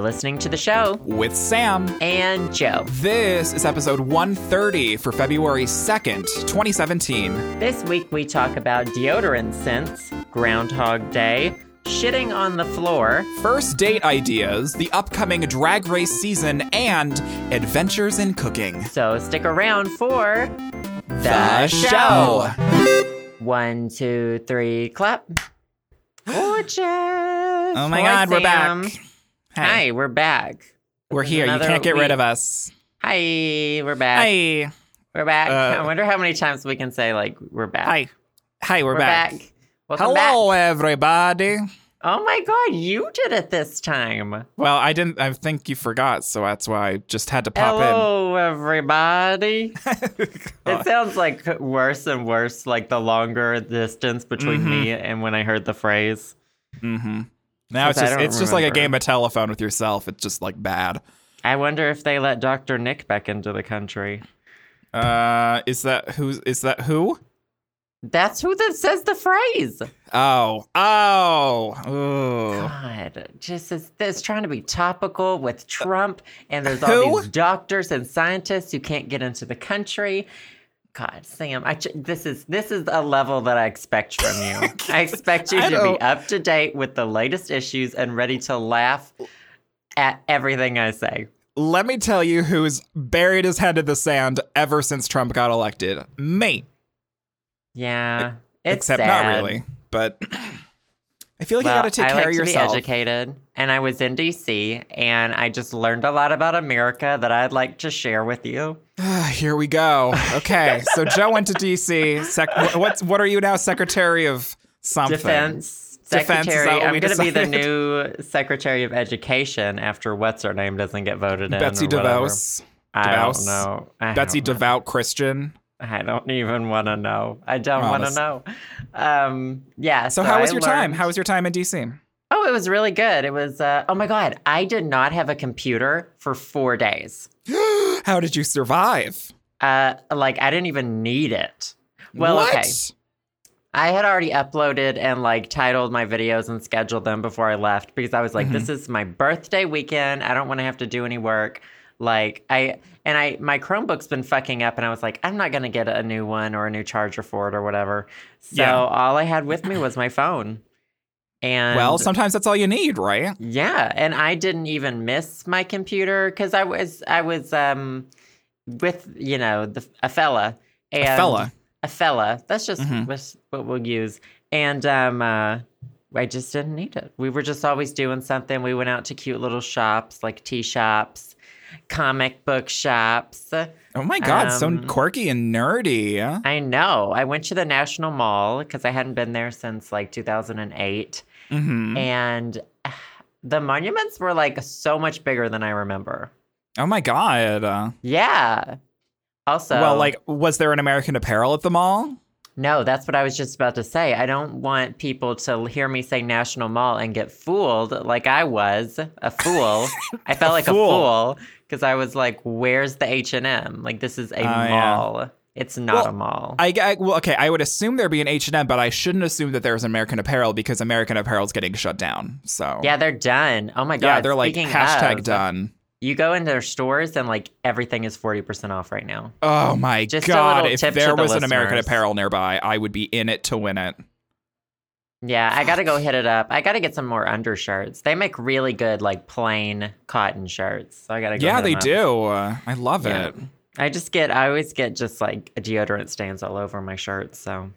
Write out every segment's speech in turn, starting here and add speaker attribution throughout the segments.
Speaker 1: listening to the show
Speaker 2: with Sam.
Speaker 1: and Joe.
Speaker 2: This is episode 130 for February 2nd, 2017.
Speaker 1: This week we talk about deodorant scents, Groundhog Day, shitting on the floor.
Speaker 2: First date ideas, the upcoming drag race season, and adventures in cooking.
Speaker 1: So stick around for the, One, two, three, clap. Gorgeous. Oh
Speaker 2: my God, we're back. Hey,
Speaker 1: Hi, we're back.
Speaker 2: we're
Speaker 1: This is
Speaker 2: here. You
Speaker 1: another
Speaker 2: can't get
Speaker 1: week.
Speaker 2: rid of us.
Speaker 1: Hi, we're back.
Speaker 2: Hi.
Speaker 1: We're back.
Speaker 2: Uh,
Speaker 1: I wonder how many times we can say like we're back.
Speaker 2: Hi. Hi, we're,
Speaker 1: we're
Speaker 2: back.
Speaker 1: back. Welcome
Speaker 2: Hello,
Speaker 1: back.
Speaker 2: everybody.
Speaker 1: Oh my god, you did it this time.
Speaker 2: Well, I didn't, I think you forgot, so that's why I just had to pop
Speaker 1: Hello, everybody.
Speaker 2: in.
Speaker 1: It sounds like worse and worse, like the longer distance between me and when I heard the phrase.
Speaker 2: hmm Now it's
Speaker 1: Since I
Speaker 2: just,
Speaker 1: don't
Speaker 2: it's just like a
Speaker 1: remember.
Speaker 2: game of telephone with yourself. It's just like bad.
Speaker 1: I wonder if they let Dr. Nick back into the country.
Speaker 2: Uh, is that who's is that who?
Speaker 1: That's who that says the phrase.
Speaker 2: Oh, oh, ooh.
Speaker 1: God, just is this trying to be topical with Trump, and there's all
Speaker 2: Who?
Speaker 1: these doctors and scientists who can't get into the country. God, Sam, I ju- this is this is a level that I expect from you. I expect you
Speaker 2: I
Speaker 1: to be
Speaker 2: don't-
Speaker 1: up to date with the latest issues and ready to laugh at everything I say.
Speaker 2: Let me tell you who's buried his head in the sand ever since Trump got elected. Me,
Speaker 1: Yeah, it's
Speaker 2: except
Speaker 1: sad.
Speaker 2: not really. But I feel like
Speaker 1: Well,
Speaker 2: you gotta take
Speaker 1: I
Speaker 2: care
Speaker 1: like
Speaker 2: of
Speaker 1: to
Speaker 2: yourself.
Speaker 1: be educated, and I was in D.C. and I just learned a lot about America that I'd like to share with you.
Speaker 2: Here we go. Okay, so Joe went to DC. Sec- what's what are you now, Secretary of something?
Speaker 1: defense
Speaker 2: Defense, is
Speaker 1: secretary.
Speaker 2: that what
Speaker 1: I'm
Speaker 2: we
Speaker 1: going to be the
Speaker 2: decided?
Speaker 1: new secretary of education after what's her name doesn't get voted in.
Speaker 2: Betsy
Speaker 1: or whatever.
Speaker 2: DeVos.
Speaker 1: I
Speaker 2: DeVos?
Speaker 1: don't know. I
Speaker 2: Betsy
Speaker 1: don't know.
Speaker 2: devout Christian.
Speaker 1: I don't even want to know. I don't want to know.
Speaker 2: Honest.
Speaker 1: Um, yeah.
Speaker 2: So, how was
Speaker 1: I
Speaker 2: your time?
Speaker 1: learned-
Speaker 2: How was your time in DC?
Speaker 1: Oh, it was really good. It was. Uh, oh my god, I did not have a computer for four days.
Speaker 2: How did you survive?
Speaker 1: Uh, like I didn't even need it. Well,
Speaker 2: What?
Speaker 1: okay. I had already uploaded and like titled my videos and scheduled them before I left because I was like,
Speaker 2: Mm-hmm.
Speaker 1: this is my birthday weekend. I don't want to have to do any work. Like I and I my Chromebook's been fucking up and I was like, I'm not gonna get a new one or a new charger for it or whatever. So
Speaker 2: Yeah.
Speaker 1: all I had with me was my phone. And
Speaker 2: Well, sometimes that's all you need, right?
Speaker 1: yeah, and I didn't even miss my computer because I was I was um with you know the a fella and
Speaker 2: fella.
Speaker 1: a fella. That's just
Speaker 2: Mhm.
Speaker 1: what's- what we'll use. And um, uh, I just didn't need it. We were just always doing something. We went out to cute little shops like tea shops, comic book shops.
Speaker 2: Oh my god, so
Speaker 1: Um,
Speaker 2: quirky and nerdy.
Speaker 1: I know. I went to the National Mall because I hadn't been there since like 2008.
Speaker 2: hmm
Speaker 1: and uh, the monuments were like so much bigger than I remember.
Speaker 2: Oh my god. Uh,
Speaker 1: Yeah. Also,
Speaker 2: well, like, was there an American Apparel at the mall?
Speaker 1: no, that's what I was just about to say. I don't want people to hear me say National Mall and get fooled like I was a fool. I felt like
Speaker 2: fool.
Speaker 1: a fool because I was like, "Where's the H and M? Like this is a
Speaker 2: Oh, yeah.
Speaker 1: mall. It's not
Speaker 2: Well,
Speaker 1: a mall."
Speaker 2: I, I well, okay. I would assume there'd be an H and M, but I shouldn't assume that there's American Apparel because American Apparel's getting shut down. So
Speaker 1: yeah, they're done. Oh my god!
Speaker 2: yeah, they're like
Speaker 1: Speaking
Speaker 2: hashtag
Speaker 1: of,
Speaker 2: done.
Speaker 1: You go into their stores and like everything is forty percent off right now.
Speaker 2: Oh my
Speaker 1: Just a
Speaker 2: god!
Speaker 1: little
Speaker 2: If
Speaker 1: tip to
Speaker 2: there
Speaker 1: the
Speaker 2: was an American
Speaker 1: listeners.
Speaker 2: Apparel nearby, I would be in it to win it.
Speaker 1: Yeah, I gotta go hit it up. I gotta get some more undershirts. They make really good, like plain cotton shirts. So I gotta go.
Speaker 2: yeah,
Speaker 1: hit
Speaker 2: they
Speaker 1: 'em up.
Speaker 2: do. Uh, I love
Speaker 1: Yeah.
Speaker 2: it.
Speaker 1: I just get, I always get just like deodorant stains all over my shirts. So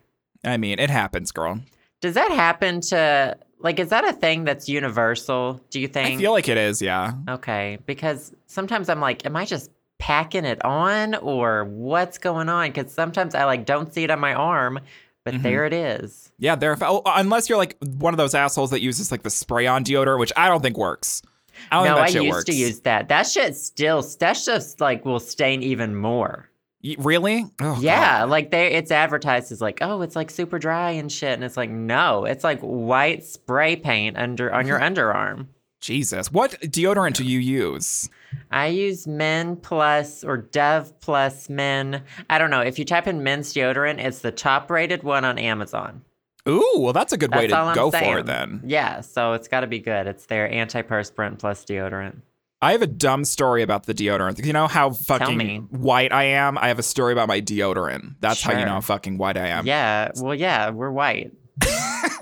Speaker 2: I mean, it happens, girl.
Speaker 1: does that happen to, like, is that a thing that's universal? Do you think?
Speaker 2: I feel like it is. Yeah.
Speaker 1: okay, because sometimes I'm like, am I just packing it on or what's going on? Because sometimes I like don't see it on my arm, but
Speaker 2: Mhm.
Speaker 1: there it is.
Speaker 2: Yeah, they're oh, unless you're like one of those assholes that uses like the spray-on deodorant, which I don't think works. I don't
Speaker 1: no,
Speaker 2: think
Speaker 1: I
Speaker 2: Oh, that shit
Speaker 1: used
Speaker 2: works.
Speaker 1: to use that. That shit still, that stuff's like will stain even more.
Speaker 2: Y- really? Oh, God.
Speaker 1: yeah, like they it's advertised as like, oh, it's like super dry and shit, and it's like no, it's like white spray paint under on your
Speaker 2: Mm-hmm.
Speaker 1: underarm.
Speaker 2: Jesus, what deodorant do you use?
Speaker 1: I use Men Plus or Dove Plus Men. I don't know. If you type in men's deodorant, it's the top rated one on Amazon.
Speaker 2: Ooh, well, that's a good
Speaker 1: That's
Speaker 2: way
Speaker 1: all
Speaker 2: to
Speaker 1: I'm
Speaker 2: go
Speaker 1: saying.
Speaker 2: for it then.
Speaker 1: Yeah, so it's got to be good. It's their antiperspirant plus deodorant.
Speaker 2: I have a dumb story about the deodorant. You know how
Speaker 1: me.
Speaker 2: fucking white I am? I have a story about my deodorant. That's how you
Speaker 1: Sure.
Speaker 2: know how fucking white I am.
Speaker 1: Yeah. Well, yeah, we're white.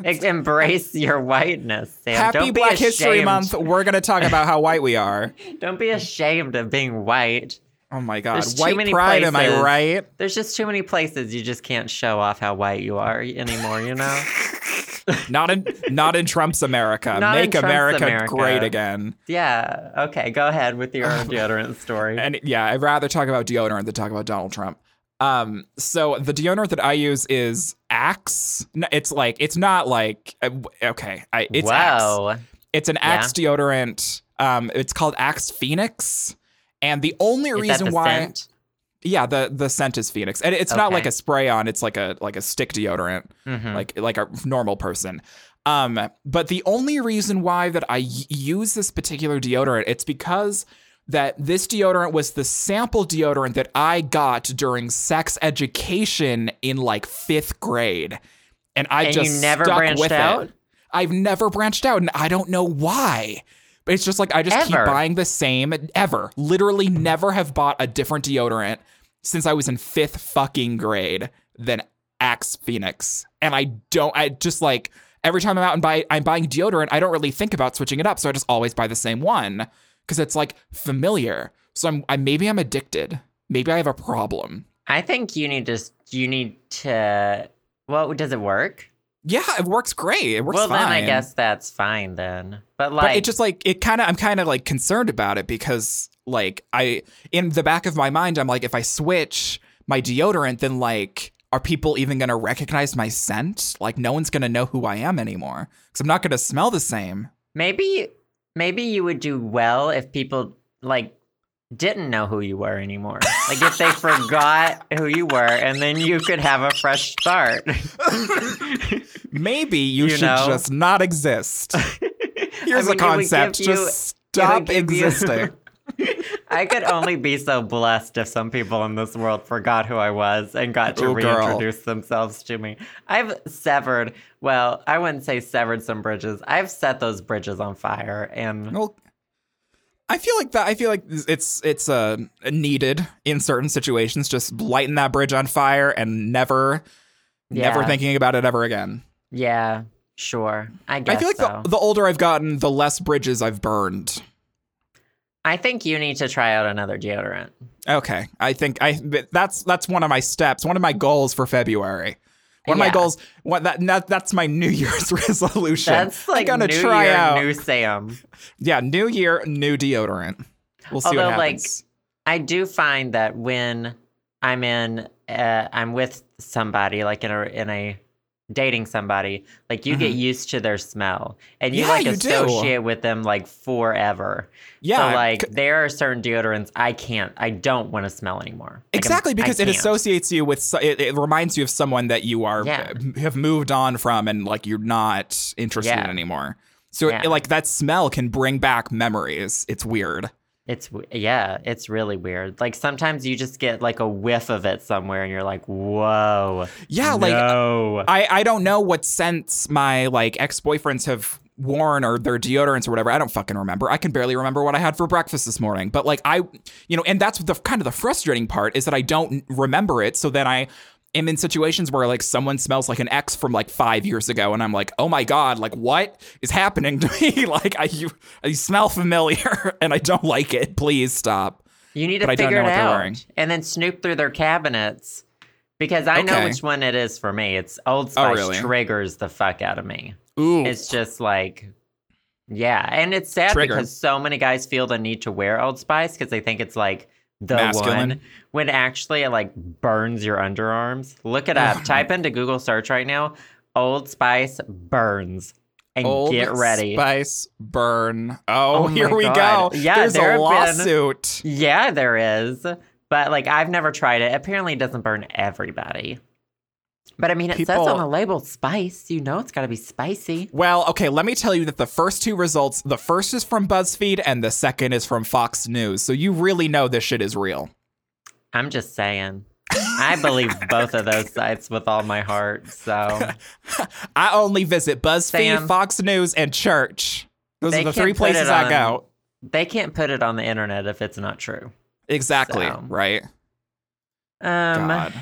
Speaker 1: Ex- Embrace your whiteness, Sam.
Speaker 2: Happy
Speaker 1: Don't be
Speaker 2: Black History
Speaker 1: ashamed.
Speaker 2: Month. We're going to talk about how white we are.
Speaker 1: Don't be ashamed of being white.
Speaker 2: Oh my God.
Speaker 1: There's too
Speaker 2: white
Speaker 1: many
Speaker 2: pride, am I
Speaker 1: places.
Speaker 2: right?
Speaker 1: There's just too many places you just can't show off how white you are anymore, you know?
Speaker 2: Not in not in Trump's America.
Speaker 1: Not in
Speaker 2: Make
Speaker 1: Trump's
Speaker 2: America,
Speaker 1: America.
Speaker 2: great again.
Speaker 1: yeah. Okay, go ahead with your deodorant story.
Speaker 2: And yeah, I'd rather talk about deodorant than talk about Donald Trump. Um, so the deodorant that I use is Axe. No, It's like it's not like uh, w- okay. I, it's Axe.
Speaker 1: Whoa.
Speaker 2: It's an Axe deodorant. Um, it's called Axe Phoenix, and the only
Speaker 1: Is that
Speaker 2: reason
Speaker 1: the
Speaker 2: why,
Speaker 1: scent?
Speaker 2: yeah, the the scent is Phoenix, and it's not
Speaker 1: Okay.
Speaker 2: like a spray on. It's like a like a stick deodorant,
Speaker 1: Mhm.
Speaker 2: like like a normal person. Um, but the only reason why that I y- use this particular deodorant, it's because that this deodorant was the sample deodorant that I got during sex education in like fifth grade, and I
Speaker 1: And you
Speaker 2: just
Speaker 1: never
Speaker 2: stuck
Speaker 1: branched
Speaker 2: with it.
Speaker 1: out?
Speaker 2: I've never branched out, and I don't know why. But it's just like I just keep
Speaker 1: Ever.
Speaker 2: buying the same ever. Literally, never have bought a different deodorant since I was in fifth fucking grade than Axe Phoenix. And I don't. I just like every time I'm out and buy, I'm buying deodorant. I don't really think about switching it up, so I just always buy the same one because it's like familiar. So I'm. I maybe I'm addicted. Maybe I have a problem.
Speaker 1: I think you need to s- you need to well, does it work?
Speaker 2: Yeah, it works great. It works
Speaker 1: well,
Speaker 2: fine.
Speaker 1: then I guess that's fine then. But like
Speaker 2: but it just like it kind of i'm kind of like concerned about it because like i in the back of my mind i'm like if i switch my deodorant then like are people even going to recognize my scent like no one's going to know who i am anymore because i'm not going to smell the same
Speaker 1: Maybe maybe you would do well if people like didn't know who you were anymore. Like if they forgot who you were and then you could have a fresh start.
Speaker 2: maybe you,
Speaker 1: You
Speaker 2: should
Speaker 1: know?
Speaker 2: just not exist here's
Speaker 1: I mean, it would
Speaker 2: a concept
Speaker 1: give you-
Speaker 2: just
Speaker 1: it would
Speaker 2: stop
Speaker 1: give you-
Speaker 2: existing
Speaker 1: I could only be so blessed if some people in this world forgot who I was and got to
Speaker 2: Oh, girl.
Speaker 1: reintroduce themselves to me. I've severed, well, I wouldn't say severed some bridges. I've set those bridges on fire and
Speaker 2: Well, I feel like that. I feel like it's it's uh, needed in certain situations. Just lighten that bridge on fire and never, never
Speaker 1: Yeah.
Speaker 2: thinking about it ever again.
Speaker 1: yeah, sure. I guess
Speaker 2: I feel like
Speaker 1: so.
Speaker 2: the, the older I've gotten, the less bridges I've burned.
Speaker 1: I think you need to try out another deodorant.
Speaker 2: Okay, I think I but that's that's one of my steps, one of my goals for February. One of
Speaker 1: Yeah.
Speaker 2: my goals. What that, that that's my New Year's resolution.
Speaker 1: That's like
Speaker 2: I'm gonna
Speaker 1: new
Speaker 2: try
Speaker 1: year,
Speaker 2: out.
Speaker 1: new Sam.
Speaker 2: yeah, New Year, new deodorant. We'll see what
Speaker 1: Although, like,
Speaker 2: happens.
Speaker 1: I do find that when I'm in, uh, I'm with somebody, like in a in a dating somebody, like you get used to their smell, and you
Speaker 2: Mm-hmm. Yeah,
Speaker 1: like
Speaker 2: you do.
Speaker 1: associate with them like forever.
Speaker 2: yeah,
Speaker 1: so like there are certain deodorants I can't, I don't want to smell anymore. Like, I'm-
Speaker 2: Exactly,
Speaker 1: I
Speaker 2: because it
Speaker 1: can't.
Speaker 2: associates you with, so- it, it reminds you of someone that you are,
Speaker 1: Yeah.
Speaker 2: have moved on from and like you're not interested
Speaker 1: Yeah.
Speaker 2: in anymore. So
Speaker 1: Yeah.
Speaker 2: it, like that smell can bring back memories. It's weird.
Speaker 1: It's w- yeah, it's really weird. Like sometimes you just get like a whiff of it somewhere, and you're like, whoa.
Speaker 2: Yeah, like
Speaker 1: no.
Speaker 2: I, I don't know what scents my like ex boyfriends have worn or their deodorants or whatever. I don't fucking remember. I can barely remember what I had for breakfast this morning. But like I, you know, and that's the kind of the frustrating part is that I don't remember it. So then I am in situations where like someone smells like an ex from like five years ago, and I'm like, oh my god, like what is happening to me? like I you, I smell familiar, and I don't like it. Please stop.
Speaker 1: You need to
Speaker 2: but I don't
Speaker 1: figure
Speaker 2: know
Speaker 1: it
Speaker 2: what they're
Speaker 1: out
Speaker 2: wearing.
Speaker 1: and then snoop through their cabinets because I know
Speaker 2: Okay. Oh,
Speaker 1: which one it is for me. It's Old Spice
Speaker 2: really?
Speaker 1: triggers the fuck out of me.
Speaker 2: Ooh,
Speaker 1: It's just like, yeah, and it's sad
Speaker 2: Trigger.
Speaker 1: because so many guys feel the need to wear Old Spice because they think it's like the
Speaker 2: Masculine.
Speaker 1: one when actually it like burns your underarms. Look it
Speaker 2: Ugh.
Speaker 1: up. Type into Google search right now. Old Spice burns and
Speaker 2: Old
Speaker 1: get ready.
Speaker 2: Spice burn. Oh,
Speaker 1: Oh
Speaker 2: here
Speaker 1: my
Speaker 2: we
Speaker 1: God.
Speaker 2: go.
Speaker 1: Yeah,
Speaker 2: There's
Speaker 1: there
Speaker 2: a
Speaker 1: have been-
Speaker 2: lawsuit.
Speaker 1: Yeah, there is. But like I've never tried it. Apparently it doesn't burn everybody. But I mean it says
Speaker 2: People-
Speaker 1: on the label spice. You know it's gotta be spicy.
Speaker 2: Well, okay, let me tell you that the first two results, the first is from BuzzFeed and the second is from Fox News. So you really know this shit is real.
Speaker 1: I'm just saying. I believe both of those sites with all my heart. So
Speaker 2: I only visit BuzzFeed,
Speaker 1: Sam.
Speaker 2: Fox News, and church. Those
Speaker 1: They
Speaker 2: are the
Speaker 1: can
Speaker 2: three
Speaker 1: put it
Speaker 2: places I
Speaker 1: on-
Speaker 2: go.
Speaker 1: they can't put it on the internet if it's not true.
Speaker 2: Exactly.
Speaker 1: So.
Speaker 2: Right.
Speaker 1: Um,
Speaker 2: God.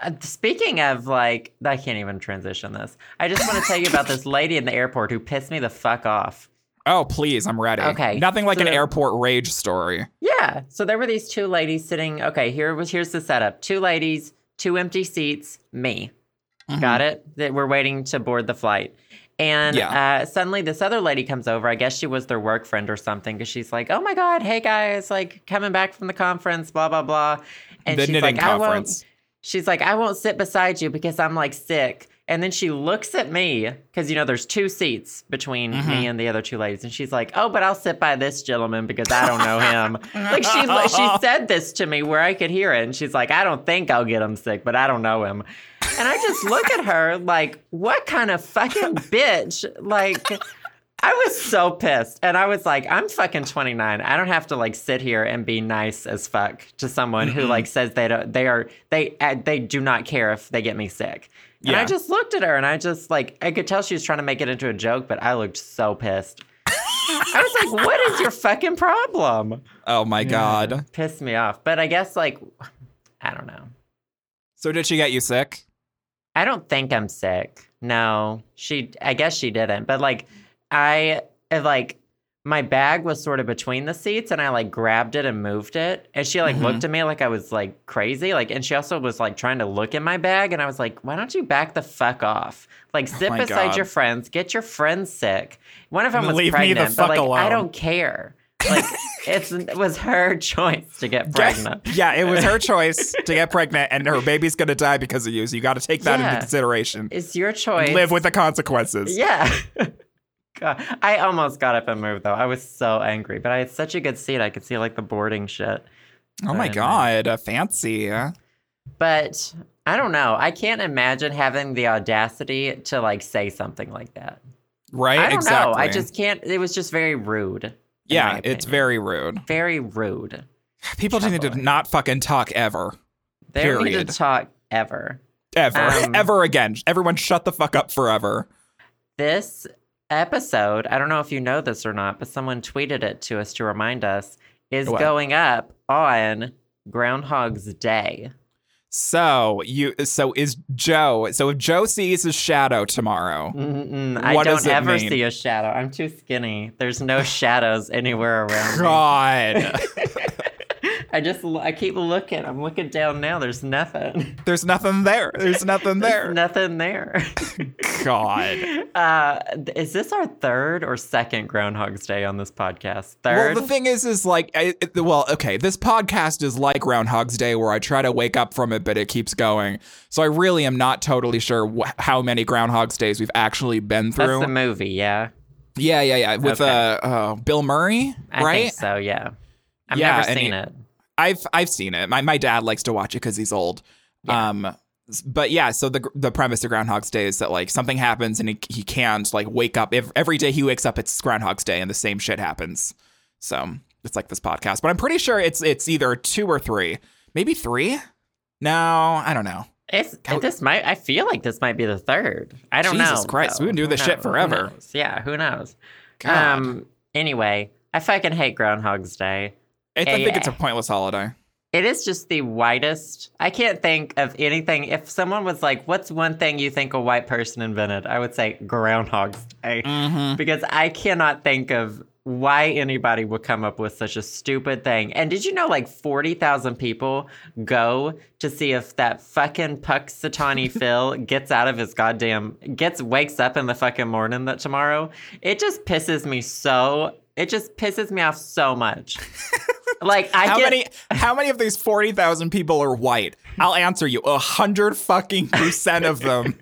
Speaker 1: Uh, Speaking of like, I can't even transition this. I just want to tell you about this lady in the airport who pissed me the fuck off.
Speaker 2: Oh, please, I'm ready.
Speaker 1: Okay,
Speaker 2: Nothing like an
Speaker 1: so-
Speaker 2: airport rage story.
Speaker 1: Yeah. So there were these two ladies sitting. Okay, here was here's the setup: two ladies, two empty seats, me. Got
Speaker 2: Mm-hmm.
Speaker 1: it? That we're waiting to board the flight. And
Speaker 2: Yeah.
Speaker 1: uh, suddenly this other lady comes over. I guess she was their work friend or something because she's like, oh my God, hey guys, like coming back from the conference, blah, blah, blah. And
Speaker 2: The
Speaker 1: she's
Speaker 2: knitting
Speaker 1: like, I won't,
Speaker 2: conference.
Speaker 1: She's like, I won't sit beside you because I'm like sick. And then she looks at me because, you know, there's two seats between me and the other two ladies. And she's like, Oh, but I'll sit by this gentleman because I don't know him. like, she, she said this to me where I could hear it. And she's like, I don't think I'll get him sick, but I don't know him. And I just look at her like, What kind of fucking bitch? Like, I was so pissed. And I was like, I'm fucking 29. I don't have to like sit here and be nice as fuck to someone who like says they don't, they are, they, uh, they do not care if they get me sick. And
Speaker 2: Yeah.
Speaker 1: I just looked at her and I just like, I could tell she was trying to make it into a joke, but I looked so pissed. I was like, what is your fucking problem?
Speaker 2: Oh my god.
Speaker 1: Pissed me off. But I guess like, I don't know.
Speaker 2: So did she get you sick?
Speaker 1: I don't think I'm sick. No, she. I guess she didn't. But like, I uh, like my bag was sort of between the seats, and I like grabbed it and moved it, and she like
Speaker 3: Mm-hmm.
Speaker 1: looked at me like I was like crazy. Like, and she also was like trying to look in my bag, and I was like, why don't you back the fuck off? Like,
Speaker 3: Oh
Speaker 1: sit
Speaker 2: my
Speaker 1: beside
Speaker 2: God.
Speaker 1: your friends, get your friends sick. One of them
Speaker 3: And
Speaker 1: was
Speaker 3: leave me the
Speaker 1: pregnant,
Speaker 3: fuck
Speaker 1: but like I
Speaker 3: alone.
Speaker 1: don't care. Like, it's it was her choice to get pregnant.
Speaker 2: yeah, it was her choice to get pregnant, and her baby's gonna die because of you. So you got to take that into
Speaker 1: Yeah.
Speaker 2: consideration.
Speaker 1: It's your choice.
Speaker 2: Live with the consequences.
Speaker 1: Yeah. God, I almost got up and moved though. I was so angry, but I had such a good seat. I could see like the boarding shit.
Speaker 2: Oh my
Speaker 1: Right.
Speaker 2: god, uh, fancy.
Speaker 1: But I don't know. I can't imagine having the audacity to like say something like that.
Speaker 2: Right?
Speaker 1: I don't
Speaker 2: exactly.
Speaker 1: know. I just can't. It was just very rude. in
Speaker 2: yeah,
Speaker 1: my
Speaker 2: it's
Speaker 1: opinion.
Speaker 2: very rude.
Speaker 1: very rude.
Speaker 2: People just need to
Speaker 1: Troubling.
Speaker 2: not fucking talk ever,
Speaker 1: They don't need
Speaker 2: Period.
Speaker 1: to talk ever.
Speaker 2: ever,
Speaker 1: Um,
Speaker 2: ever again. Everyone, shut the fuck up forever.
Speaker 1: This episode, I don't know if you know this or not, but someone tweeted it to us to remind us is
Speaker 2: What?
Speaker 1: going up on Groundhog's Day.
Speaker 2: So you, so is Joe. So if Joe sees his shadow tomorrow,
Speaker 1: Mm-mm, I
Speaker 2: What does
Speaker 1: don't
Speaker 2: it
Speaker 1: ever
Speaker 2: mean?
Speaker 1: see a shadow. I'm too skinny. There's no shadows anywhere around me.
Speaker 2: God,
Speaker 1: I just l- I keep looking. I'm looking down now. There's nothing.
Speaker 2: there's nothing there. There's nothing there.
Speaker 1: There's nothing there.
Speaker 2: God.
Speaker 1: Uh, th- is this our third or second Groundhog's Day on this podcast?
Speaker 2: Well,
Speaker 1: Third.
Speaker 2: the thing is, is like, I, it- well, okay, this podcast is like Groundhog's Day, where I try to wake up from it, but it keeps going. So I really am not totally sure wh- how many Groundhog's Days we've actually been
Speaker 1: That's
Speaker 2: through.
Speaker 1: the movie. Yeah,
Speaker 2: yeah, yeah, yeah. With
Speaker 1: Okay.
Speaker 2: uh, uh, Bill Murray,
Speaker 1: I
Speaker 2: right?
Speaker 1: think so. Yeah, I've
Speaker 2: Yeah,
Speaker 1: never
Speaker 2: and
Speaker 1: seen
Speaker 2: he-
Speaker 1: it.
Speaker 2: I've I've seen it. My my dad likes to watch it because he's old. Um, s- but yeah, so the gr- the premise of Groundhog's Day is that like something happens and he he can't like wake up ev- every day he wakes up it's Groundhog's Day and the same shit happens. So it's like this podcast, but I'm pretty sure it's it's either two or three, maybe three. No, I don't know.
Speaker 1: It's this might. I feel like this might be the third. I don't know.
Speaker 2: Jesus Christ, we've been doing
Speaker 1: Who
Speaker 2: this shit
Speaker 1: knows?
Speaker 2: forever.
Speaker 1: Who knows? Yeah, who knows?
Speaker 2: God.
Speaker 1: Um. Anyway, I fucking hate Groundhog's Day.
Speaker 2: I, th- I
Speaker 1: yeah,
Speaker 2: think
Speaker 1: yeah.
Speaker 2: it's a pointless holiday.
Speaker 1: It is just the whitest. I can't think of anything. If someone was like, "What's one thing you think a white person invented?" I would say Groundhog's Day
Speaker 2: Mm-hmm.
Speaker 1: because I cannot think of why anybody would come up with such a stupid thing. And did you know, like forty thousand people go to see if that fucking Puck Satani Phil gets out of his goddamn gets wakes up in the fucking morning that tomorrow. It just pisses me so. It just pisses me off so much. Like I
Speaker 2: How
Speaker 1: get,
Speaker 2: many how many of these forty thousand people are white? I'll answer you. A hundred fucking percent of them.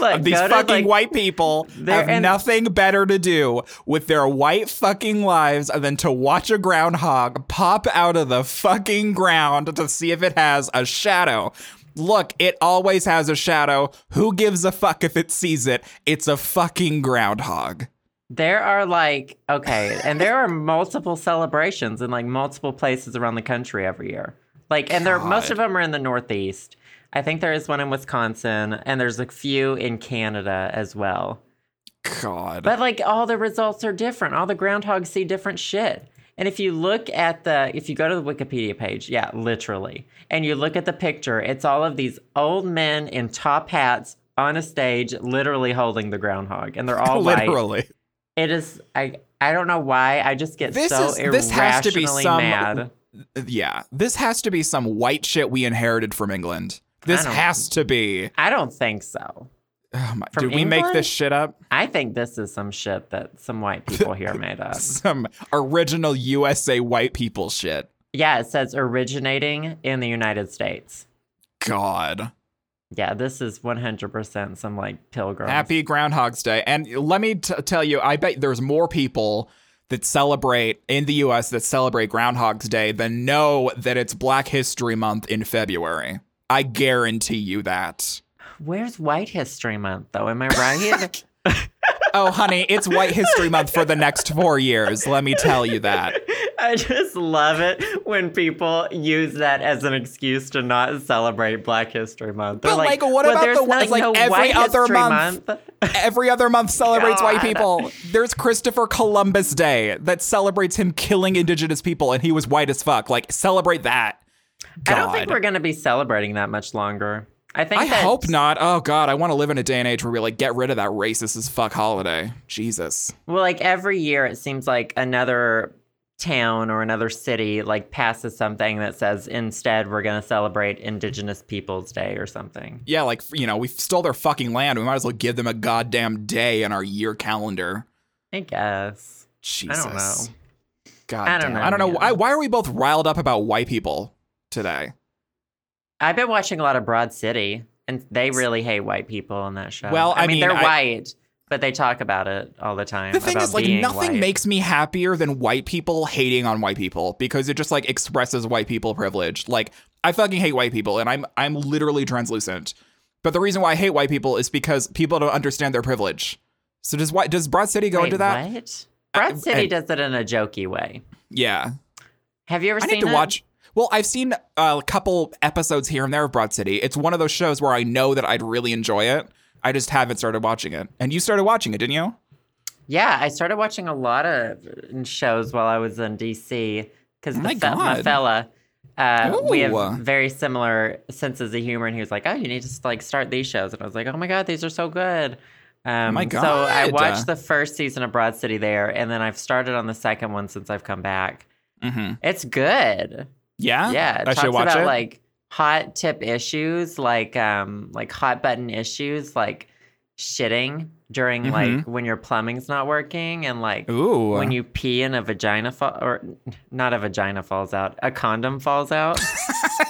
Speaker 1: Look,
Speaker 2: of these
Speaker 1: go to,
Speaker 2: fucking
Speaker 1: like-
Speaker 2: white people
Speaker 1: They're
Speaker 2: have
Speaker 1: in-
Speaker 2: nothing better to do with their white fucking lives than to watch a groundhog pop out of the fucking ground to see if it has a shadow. Look, it always has a shadow. Who gives a fuck if it sees it? It's a fucking groundhog.
Speaker 1: There are like okay, and there are multiple celebrations in like multiple places around the country every year. Like, and there most of them are in the Northeast. I think there is one in Wisconsin, and there's a few in Canada as well.
Speaker 2: God.
Speaker 1: But like all the results are different. All the groundhogs see different shit. And if you look at the, if you go to the Wikipedia page, yeah, literally, and you look at the picture, it's all of these old men in top hats on a stage, literally holding the groundhog, and they're all white.
Speaker 2: Literally.
Speaker 1: It is, I, I don't know why, I just get
Speaker 2: This
Speaker 1: so
Speaker 2: is-
Speaker 1: irrationally
Speaker 2: this has to be some-
Speaker 1: mad.
Speaker 2: Yeah. This has to be some white shit we inherited from England. This
Speaker 1: don't-
Speaker 2: has to be.
Speaker 1: I don't think so.
Speaker 2: Oh my, did
Speaker 1: From
Speaker 2: we make
Speaker 1: England?
Speaker 2: this shit up?
Speaker 1: I think this is some shit that some white people here made up.
Speaker 2: Some original USA white people shit.
Speaker 1: Yeah, it says originating in the United States.
Speaker 2: God.
Speaker 1: Yeah, this is 100% some like pilgrim.
Speaker 2: Happy Groundhog's Day. And let me t- tell you, I bet there's more people that celebrate in the US that celebrate Groundhog's Day than know that it's Black History Month in February. I guarantee you that.
Speaker 1: Where's White History Month though? Am I right?
Speaker 2: Oh, honey, it's White History Month for the next four years. Let me tell you that.
Speaker 1: I just love it when people use that as an excuse to not celebrate Black History Month. They're
Speaker 2: But, like, what
Speaker 1: "Well,
Speaker 2: about the
Speaker 1: there's
Speaker 2: ones,
Speaker 1: not-
Speaker 2: like,
Speaker 1: no
Speaker 2: every
Speaker 1: White
Speaker 2: other
Speaker 1: History
Speaker 2: month?" Every other month celebrates
Speaker 1: God.
Speaker 2: white people. There's Christopher Columbus Day that celebrates him killing indigenous people, and he was white as fuck. Like, celebrate that.
Speaker 1: I don't think
Speaker 2: God.
Speaker 1: we're going to be celebrating that much longer. I think
Speaker 2: I
Speaker 1: that
Speaker 2: hope not. Oh God, I want to live in a day and age where we like get rid of that racist as fuck holiday. Jesus.
Speaker 1: Well, like every year, it seems like another town or another city like passes something that says instead we're going to celebrate Indigenous Peoples Day or something.
Speaker 2: Yeah, like you know, we stole their fucking land. We might as well give them a goddamn day in our year calendar.
Speaker 1: I guess.
Speaker 2: Jesus.
Speaker 1: I don't know.
Speaker 2: God
Speaker 1: I don't
Speaker 2: damn.
Speaker 1: know,
Speaker 2: I don't know.
Speaker 1: man.
Speaker 2: Why, why are we both riled up about white people today?
Speaker 1: I've been watching a lot of Broad City, and they really hate white people on that show.
Speaker 2: Well, I
Speaker 1: mean,
Speaker 2: mean,
Speaker 1: they're
Speaker 2: I-
Speaker 1: white, but they talk about it all the time.
Speaker 2: The thing
Speaker 1: about
Speaker 2: is, like,
Speaker 1: being
Speaker 2: nothing
Speaker 1: white.
Speaker 2: makes me happier than white people hating on white people because it just like expresses white people privilege. Like, I fucking hate white people, and I'm I'm literally translucent. But the reason why I hate white people is because people don't understand their privilege. So does why does Broad City go
Speaker 1: Wait,
Speaker 2: into that?
Speaker 1: What? Broad
Speaker 2: I-
Speaker 1: City
Speaker 2: I-
Speaker 1: does it in a jokey way.
Speaker 2: Yeah,
Speaker 1: Have you ever
Speaker 2: I
Speaker 1: seen
Speaker 2: need to
Speaker 1: it?
Speaker 2: watch. Well, I've seen uh, a couple episodes here and there of Broad City. It's one of those shows where I know that I'd really enjoy it. I just haven't started watching it. And you started watching it, didn't you?
Speaker 1: Yeah, I started watching a lot of uh, shows while I was in DC because
Speaker 2: Oh
Speaker 1: my,
Speaker 2: my
Speaker 1: fe- my
Speaker 2: God.
Speaker 1: fella, uh, we
Speaker 2: Ooh.
Speaker 1: have very similar senses of humor, and he was like, "Oh, you need to like start these shows," and I was like, "Oh my god, these are so good." Um,
Speaker 2: Oh my
Speaker 1: So I
Speaker 2: God.
Speaker 1: watched the first season of Broad City there, and then I've started on the second one since I've come back.
Speaker 2: Mm-hmm.
Speaker 1: It's good.
Speaker 2: Yeah,
Speaker 1: Yeah, it
Speaker 2: I
Speaker 1: talks
Speaker 2: should watch
Speaker 1: about
Speaker 2: it.
Speaker 1: like hot tip issues, like um, like hot button issues, like shitting during like when your plumbing's not working, and like
Speaker 2: Mm-hmm. Ooh, uh.
Speaker 1: when you pee and a vagina fall or not a vagina falls out, a condom falls out.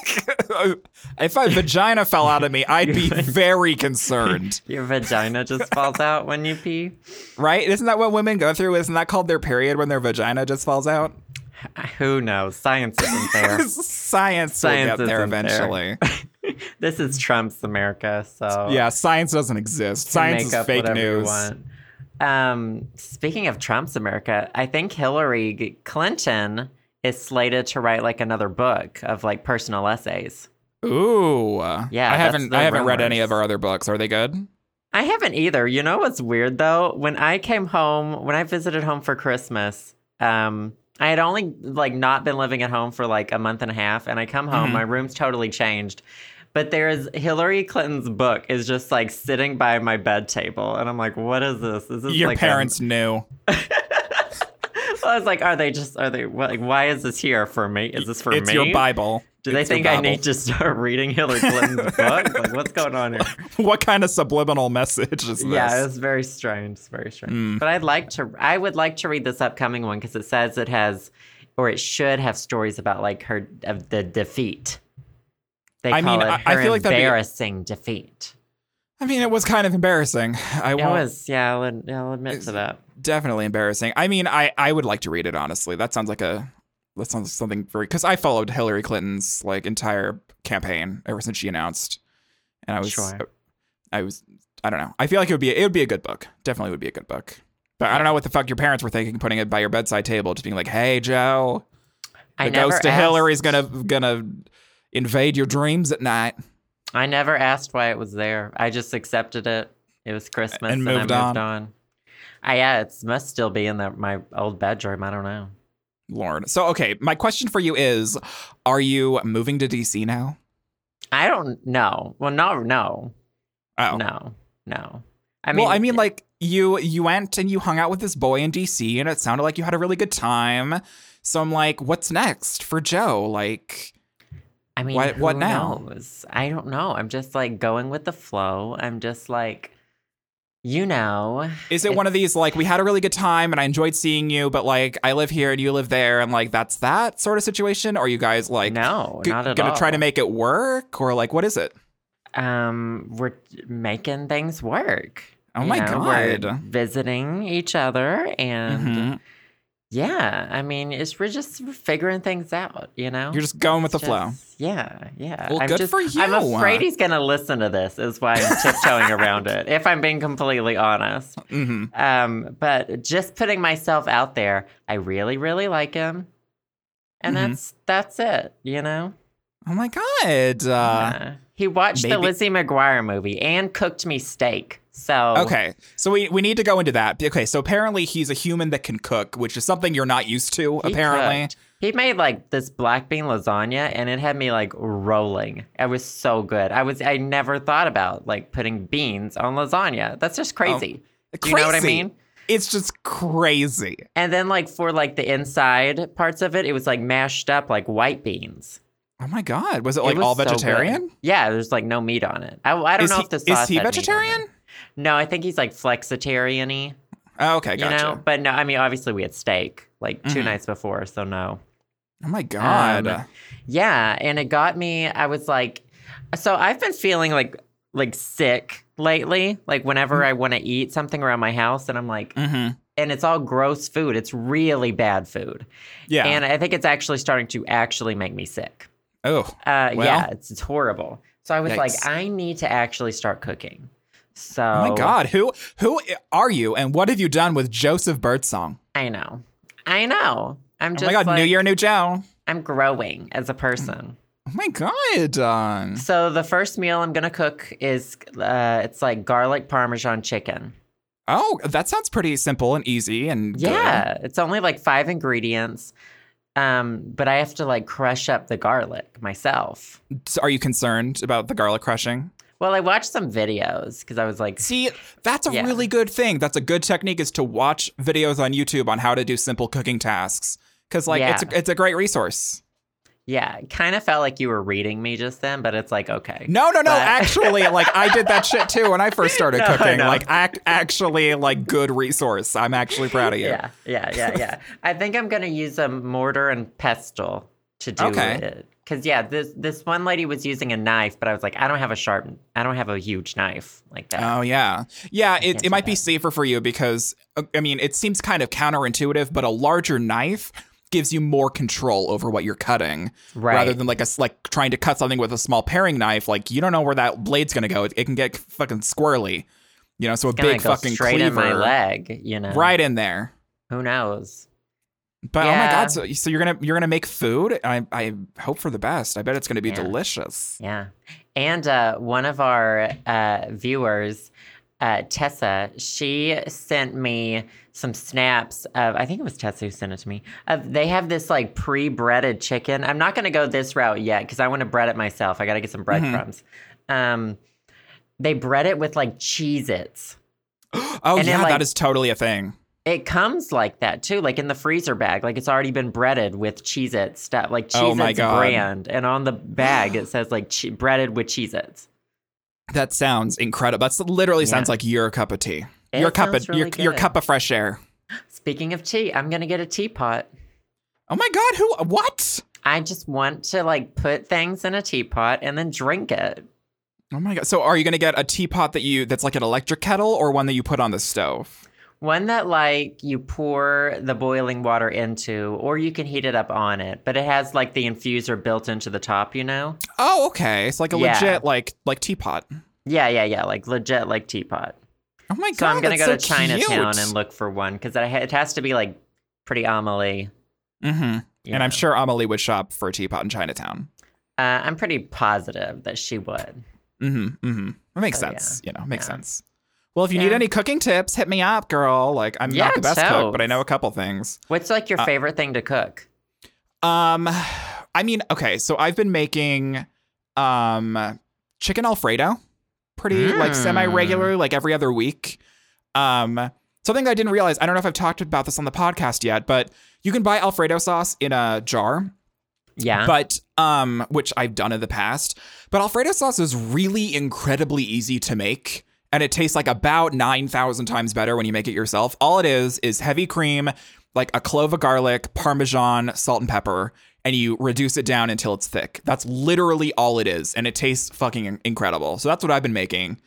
Speaker 2: if a vagina fell out of me, I'd be very concerned,
Speaker 1: your vagina just falls out when you pee.
Speaker 2: right? Isn't that what women go through? Isn't that called their period when their vagina just falls out?
Speaker 1: Who knows? Science isn't there.
Speaker 2: science,
Speaker 1: Science
Speaker 2: will get there
Speaker 1: isn't there.
Speaker 2: eventually.
Speaker 1: this is Trump's America, so
Speaker 2: yeah, science doesn't exist.
Speaker 1: can
Speaker 2: Science is fake
Speaker 1: whatever you
Speaker 2: news.
Speaker 1: want. Um, speaking of Trump's America, I think Hillary G- Clinton is slated to write like another book of like personal essays.
Speaker 2: Ooh,
Speaker 1: Yeah,
Speaker 2: I
Speaker 1: that's
Speaker 2: haven't.
Speaker 1: the
Speaker 2: I haven't read
Speaker 1: rumors.
Speaker 2: any of her other books. Are they good?
Speaker 1: I haven't either. You know what's weird though? When I came home, when I visited home for Christmas, um, I had only like not been living at home for like a month and a half, and I come
Speaker 2: Mm-hmm.
Speaker 1: home, my room's totally changed. But there is Hillary Clinton's book is just like sitting by my bed table, and I'm like, what is this? Is this
Speaker 2: Your
Speaker 1: like um, a-
Speaker 2: parents knew.
Speaker 1: I was like, are they just are they what, like why is this here for me? Is this for
Speaker 2: it's
Speaker 1: me?
Speaker 2: your Bible.
Speaker 1: Do they
Speaker 2: It's your
Speaker 1: think I
Speaker 2: Bible.
Speaker 1: need to start reading Hillary Clinton's book? Like what's going on here?
Speaker 2: What kind of subliminal message is this?
Speaker 1: Yeah, it's very strange. It's very strange.
Speaker 2: Mm.
Speaker 1: But I'd like to I would like to read this upcoming one because it says it has or it should have stories about like her of the defeat. They
Speaker 2: I
Speaker 1: call
Speaker 2: mean,
Speaker 1: it
Speaker 2: I-
Speaker 1: her
Speaker 2: I feel like that'd be-
Speaker 1: embarrassing defeat.
Speaker 2: I mean, it was kind of embarrassing. I
Speaker 1: It
Speaker 2: won't
Speaker 1: was, yeah, I'll, ad- I'll admit to that.
Speaker 2: definitely embarrassing. I mean, I I would like to read it honestly. That sounds like a that sounds like something very because I followed Hillary Clinton's like entire campaign ever since she announced, and I was
Speaker 1: Sure.
Speaker 2: I was I don't know. I feel like it would be it would be a good book. Definitely would be a good book. But I don't know what the fuck your parents were thinking, putting it by your bedside table, just being like, "Hey, Joe,
Speaker 1: I
Speaker 2: the
Speaker 1: never
Speaker 2: ghost of
Speaker 1: asked-
Speaker 2: Hillary's gonna gonna invade your dreams at night."
Speaker 1: I never asked why it was there. I just accepted it. It was Christmas
Speaker 2: And
Speaker 1: and, I
Speaker 2: moved
Speaker 1: moved
Speaker 2: on.
Speaker 1: on. I yeah, it must still be in the, my old bedroom. I don't know.
Speaker 2: Lord. So okay, my question for you is: Are you moving to DC now?
Speaker 1: I don't know. Well, no, no,
Speaker 2: Oh,
Speaker 1: no, no. I mean,
Speaker 2: well, I mean, like you you went and you hung out with this boy in DC, and it sounded like you had a really good time. So I'm like, what's next for Joe? Like,
Speaker 1: I mean,
Speaker 2: what-
Speaker 1: who
Speaker 2: what now?
Speaker 1: knows? I don't know. I'm just like going with the flow. I'm just like, you know,
Speaker 2: is it one of these like we had a really good time and I enjoyed seeing you, but like I live here and you live there, and like that's that sort of situation? Are you guys like
Speaker 1: no,
Speaker 2: g-
Speaker 1: not at
Speaker 2: gonna
Speaker 1: all.
Speaker 2: try to make it work, or like what is it?
Speaker 1: um, we're making things work.
Speaker 2: Oh
Speaker 1: you
Speaker 2: my
Speaker 1: know? We're
Speaker 2: God.
Speaker 1: visiting each other and
Speaker 2: Mhm.
Speaker 1: yeah, I mean, it's we're just figuring things out. You know,
Speaker 2: You're just going with the
Speaker 1: It's
Speaker 2: flow.
Speaker 1: just- Yeah, yeah.
Speaker 2: Well,
Speaker 1: I'm
Speaker 2: good
Speaker 1: just,
Speaker 2: for
Speaker 1: I'm
Speaker 2: you.
Speaker 1: afraid he's gonna listen to this. Is why I'm tiptoeing around it. If I'm being completely honest.
Speaker 2: hmm
Speaker 1: Um, but just putting myself out there, I really, really like him, and
Speaker 2: Mhm.
Speaker 1: that's that's it. You know,
Speaker 2: Oh my god. Uh,
Speaker 1: Yeah. he watched the
Speaker 2: maybe-
Speaker 1: Lizzie McGuire movie and cooked me steak. So
Speaker 2: Okay, so we, we need to go into that. Okay, so apparently he's a human that can cook, which is something you're not used to.
Speaker 1: he
Speaker 2: apparently,
Speaker 1: cooked. he made like this black bean lasagna, and it had me like rolling. It was so good. I was I never thought about like putting beans on lasagna. That's just crazy. Do you know what I
Speaker 2: Oh, Crazy.
Speaker 1: mean?
Speaker 2: It's just crazy.
Speaker 1: And then like for like the inside parts of it, it was like mashed up like white beans.
Speaker 2: Oh my god, was it
Speaker 1: It
Speaker 2: like
Speaker 1: was
Speaker 2: all
Speaker 1: so good.
Speaker 2: vegetarian?
Speaker 1: yeah, there's like no meat on it. I, I don't
Speaker 2: is
Speaker 1: know
Speaker 2: he,
Speaker 1: if the
Speaker 2: is
Speaker 1: sauce
Speaker 2: he
Speaker 1: had meat on it.
Speaker 2: vegetarian?
Speaker 1: No, I think he's like flexitarian-y,
Speaker 2: Oh, okay,
Speaker 1: you
Speaker 2: gotcha.
Speaker 1: know. But no, I mean obviously we had steak like 2
Speaker 2: Mhm.
Speaker 1: nights before, so no.
Speaker 2: Oh my god.
Speaker 1: Um, Yeah, and it got me. I was like, so I've been feeling like like sick lately. Like whenever
Speaker 2: Mm-hmm.
Speaker 1: I want to eat something around my house, and I'm like,
Speaker 2: hmm
Speaker 1: and it's all gross food. It's really bad food,
Speaker 2: Yeah.
Speaker 1: and I think it's actually starting to actually make me sick.
Speaker 2: oh,
Speaker 1: Uh,
Speaker 2: Well.
Speaker 1: yeah, it's, it's horrible. So I was
Speaker 2: Yikes.
Speaker 1: like, I need to actually start cooking. So
Speaker 2: oh my god. Who who i- are you, and what have you done with Joseph Birdsong?
Speaker 1: I know, I know. I'm
Speaker 2: Oh
Speaker 1: just
Speaker 2: my god,
Speaker 1: like,
Speaker 2: New Year, New Joe.
Speaker 1: I'm growing as a person.
Speaker 2: Oh my god. Um,
Speaker 1: So the first meal I'm gonna cook is uh, it's like garlic parmesan chicken.
Speaker 2: oh, that sounds pretty simple and easy and good.
Speaker 1: Yeah, it's only like five ingredients, um, but I have to like crush up the garlic myself.
Speaker 2: So Are you concerned about the garlic crushing?
Speaker 1: Well, I watched some videos because I was like,
Speaker 2: See, that's a
Speaker 1: Yeah.
Speaker 2: really good thing. That's a good technique is to watch videos on YouTube on how to do simple cooking tasks because like it's a,
Speaker 1: Yeah.
Speaker 2: it's a great resource.
Speaker 1: yeah, it kind of felt like you were reading me just then, but it's like okay.
Speaker 2: No, no, no.
Speaker 1: But-
Speaker 2: Actually, like I did that shit too when I first started
Speaker 1: No, I
Speaker 2: cooking.
Speaker 1: know.
Speaker 2: Like, act, actually, like good resource. I'm actually proud of you.
Speaker 1: Yeah, yeah, yeah, yeah. I think I'm gonna use a mortar and pestle to do
Speaker 2: Okay.
Speaker 1: it. Cause yeah, this this one lady was using a knife, but I was like, I don't have a sharp, I don't have a huge knife like that.
Speaker 2: Oh yeah, yeah.
Speaker 1: can't
Speaker 2: It,
Speaker 1: do
Speaker 2: it might be
Speaker 1: that.
Speaker 2: safer for you because uh, I mean it seems kind of counterintuitive, but a larger knife gives you more control over what you're cutting
Speaker 1: Right.
Speaker 2: rather than like a s- like trying to cut something with a small paring knife. Like you don't know where that blade's gonna go. It, it can get fucking squirrely, you know. So a
Speaker 1: Gonna
Speaker 2: big
Speaker 1: go
Speaker 2: fucking
Speaker 1: straight
Speaker 2: cleaver
Speaker 1: in my leg, you know.
Speaker 2: right in there.
Speaker 1: Who knows?
Speaker 2: But oh my
Speaker 1: Yeah.
Speaker 2: god, so, so you're gonna you're gonna make food. I I hope for the best. I bet it's gonna be
Speaker 1: Yeah.
Speaker 2: delicious.
Speaker 1: Yeah. And uh, one of our uh, viewers, uh, Tessa, she sent me some snaps of, I think it was Tessa who sent it to me, of they have this like pre breaded chicken. I'm not going to go this route yet because I want to bread it myself. I got to get some
Speaker 2: Mm-hmm.
Speaker 1: breadcrumbs. Um, they bread it with like Cheez Its.
Speaker 2: Oh
Speaker 1: And it,
Speaker 2: yeah,
Speaker 1: like-
Speaker 2: that is totally a thing.
Speaker 1: It comes like that too, like in the freezer bag. Like it's already been breaded with Cheez It stuff, like Cheez
Speaker 2: Oh
Speaker 1: Its
Speaker 2: my God.
Speaker 1: brand. And on the bag, it says like che- breaded with Cheez Its.
Speaker 2: That sounds incredible. That's literally sounds
Speaker 1: Yeah.
Speaker 2: like your cup of tea.
Speaker 1: It
Speaker 2: your cup
Speaker 1: sounds
Speaker 2: of your,
Speaker 1: really
Speaker 2: your
Speaker 1: good.
Speaker 2: cup of fresh air.
Speaker 1: Speaking of tea, I'm gonna get a teapot.
Speaker 2: Oh my god, who what?
Speaker 1: I just want to like put things in a teapot and then drink it.
Speaker 2: Oh my god. So are you going to get a teapot that you that's like an electric kettle or one that you put on the stove?
Speaker 1: One that like you pour the boiling water into, or you can heat it up on it, but it has like the infuser built into the top, you know?
Speaker 2: Oh, okay. It's like a
Speaker 1: Yeah.
Speaker 2: legit like like teapot.
Speaker 1: Yeah, yeah, yeah, like legit, like teapot.
Speaker 2: Oh my god.
Speaker 1: So I'm gonna
Speaker 2: that's
Speaker 1: go to
Speaker 2: so
Speaker 1: Chinatown
Speaker 2: cute.
Speaker 1: and look for one because it ha- it has to be like pretty amelie.
Speaker 2: Mhm. And I'm sure Amelie would shop for a teapot in Chinatown.
Speaker 1: uh, I'm pretty positive that she would.
Speaker 2: Mhm. Mhm. That makes
Speaker 1: So, Oh, yeah.
Speaker 2: sense. You know, makes
Speaker 1: Yeah.
Speaker 2: sense. Well, if you need
Speaker 1: Yeah.
Speaker 2: any cooking tips, hit me up, girl. Like I'm
Speaker 1: Yeah,
Speaker 2: not the best cook, but I
Speaker 1: totes.
Speaker 2: know a couple things.
Speaker 1: What's like
Speaker 2: Uh,
Speaker 1: your favorite thing to cook?
Speaker 2: Um I mean, okay, so I've been making um chicken alfredo pretty like
Speaker 1: Mm.
Speaker 2: semi-regularly, like every other week. Um something I didn't realize, I don't know if I've talked about this on the podcast yet, but you can buy alfredo sauce in a jar
Speaker 1: Yeah.
Speaker 2: but um which I've done in the past. But alfredo sauce is really incredibly easy to make and it tastes like about 9,000 times better when you make it yourself. All it is is heavy cream, like a clove of garlic, parmesan, salt and pepper and you reduce it down until it's thick. That's literally all it is and it tastes fucking in- incredible. So that's what I've been making.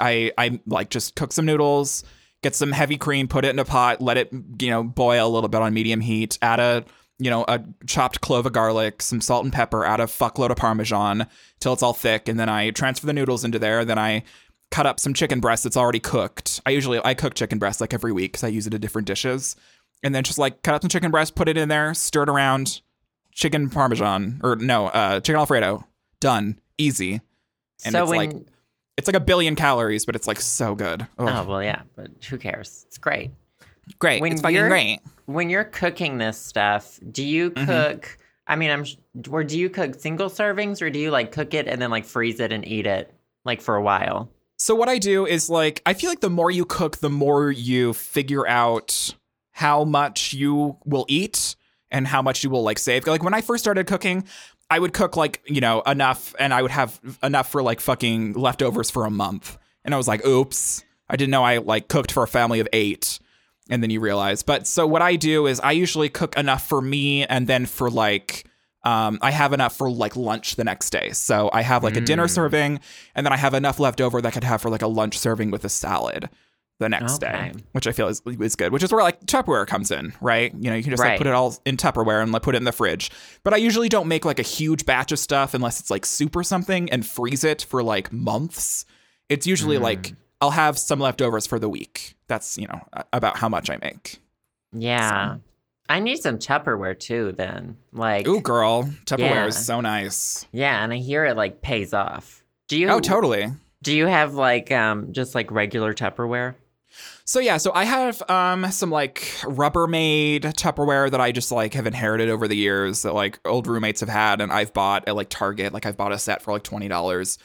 Speaker 2: I I like just cook some noodles, get some heavy cream, put it in a pot, let it you know boil a little bit on medium heat. Add a you know a chopped clove of garlic, some salt and pepper, add a fuckload of parmesan till it's all thick, and then I transfer the noodles into there. Then I cut up some chicken breast that's already cooked. I usually I cook chicken breast like every week because I use it in different dishes, and then just like cut up some chicken breast, put it in there, stir it around, chicken parmesan or no uh, chicken alfredo, done, easy. and
Speaker 1: so
Speaker 2: it's
Speaker 1: when
Speaker 2: like- It's like a billion calories, but it's like so good. Ugh.
Speaker 1: oh well yeah, but who cares? It's great.
Speaker 2: Great.
Speaker 1: When
Speaker 2: it's fucking
Speaker 1: you're-
Speaker 2: great.
Speaker 1: When you're cooking this stuff, do you
Speaker 2: Mm-hmm.
Speaker 1: cook? I mean, I'm sh- or do you cook single servings or do you like cook it and then like freeze it and eat it like for a while?
Speaker 2: So what I do is like I feel like the more you cook, the more you figure out how much you will eat and how much you will like save. Like when I first started cooking, I would cook like, you know, enough and I would have enough for like fucking leftovers for a month. And I was like, "Oops. I didn't know I like cooked for a family of 8." And then you realize. But so what I do is I usually cook enough for me and then for like um, I have enough for like lunch the next day. So I have like a
Speaker 1: Mm.
Speaker 2: dinner serving, and then I have enough left over that I could have for like a lunch serving with a salad the next
Speaker 1: Okay.
Speaker 2: day, which I feel is, is good, which is where like Tupperware comes in, right? You know, you can just like
Speaker 1: Right.
Speaker 2: put it all in Tupperware and like put it in the fridge. But I usually don't make like a huge batch of stuff unless it's like soup or something and freeze it for like months. It's usually like I'll have some leftovers for the week. That's, you know, a- about how much I make.
Speaker 1: Yeah. I need some Tupperware too. Then like
Speaker 2: Ooh, girl, Tupperware
Speaker 1: Yeah.
Speaker 2: is so nice.
Speaker 1: yeah, and I hear it like pays off. Do you?
Speaker 2: Oh, totally.
Speaker 1: Do you have like um just like regular Tupperware?
Speaker 2: So yeah, so I have um some like Rubbermaid Tupperware that I just like have inherited over the years that like old roommates have had and I've bought at like Target. Like I've bought a set for like twenty dollars.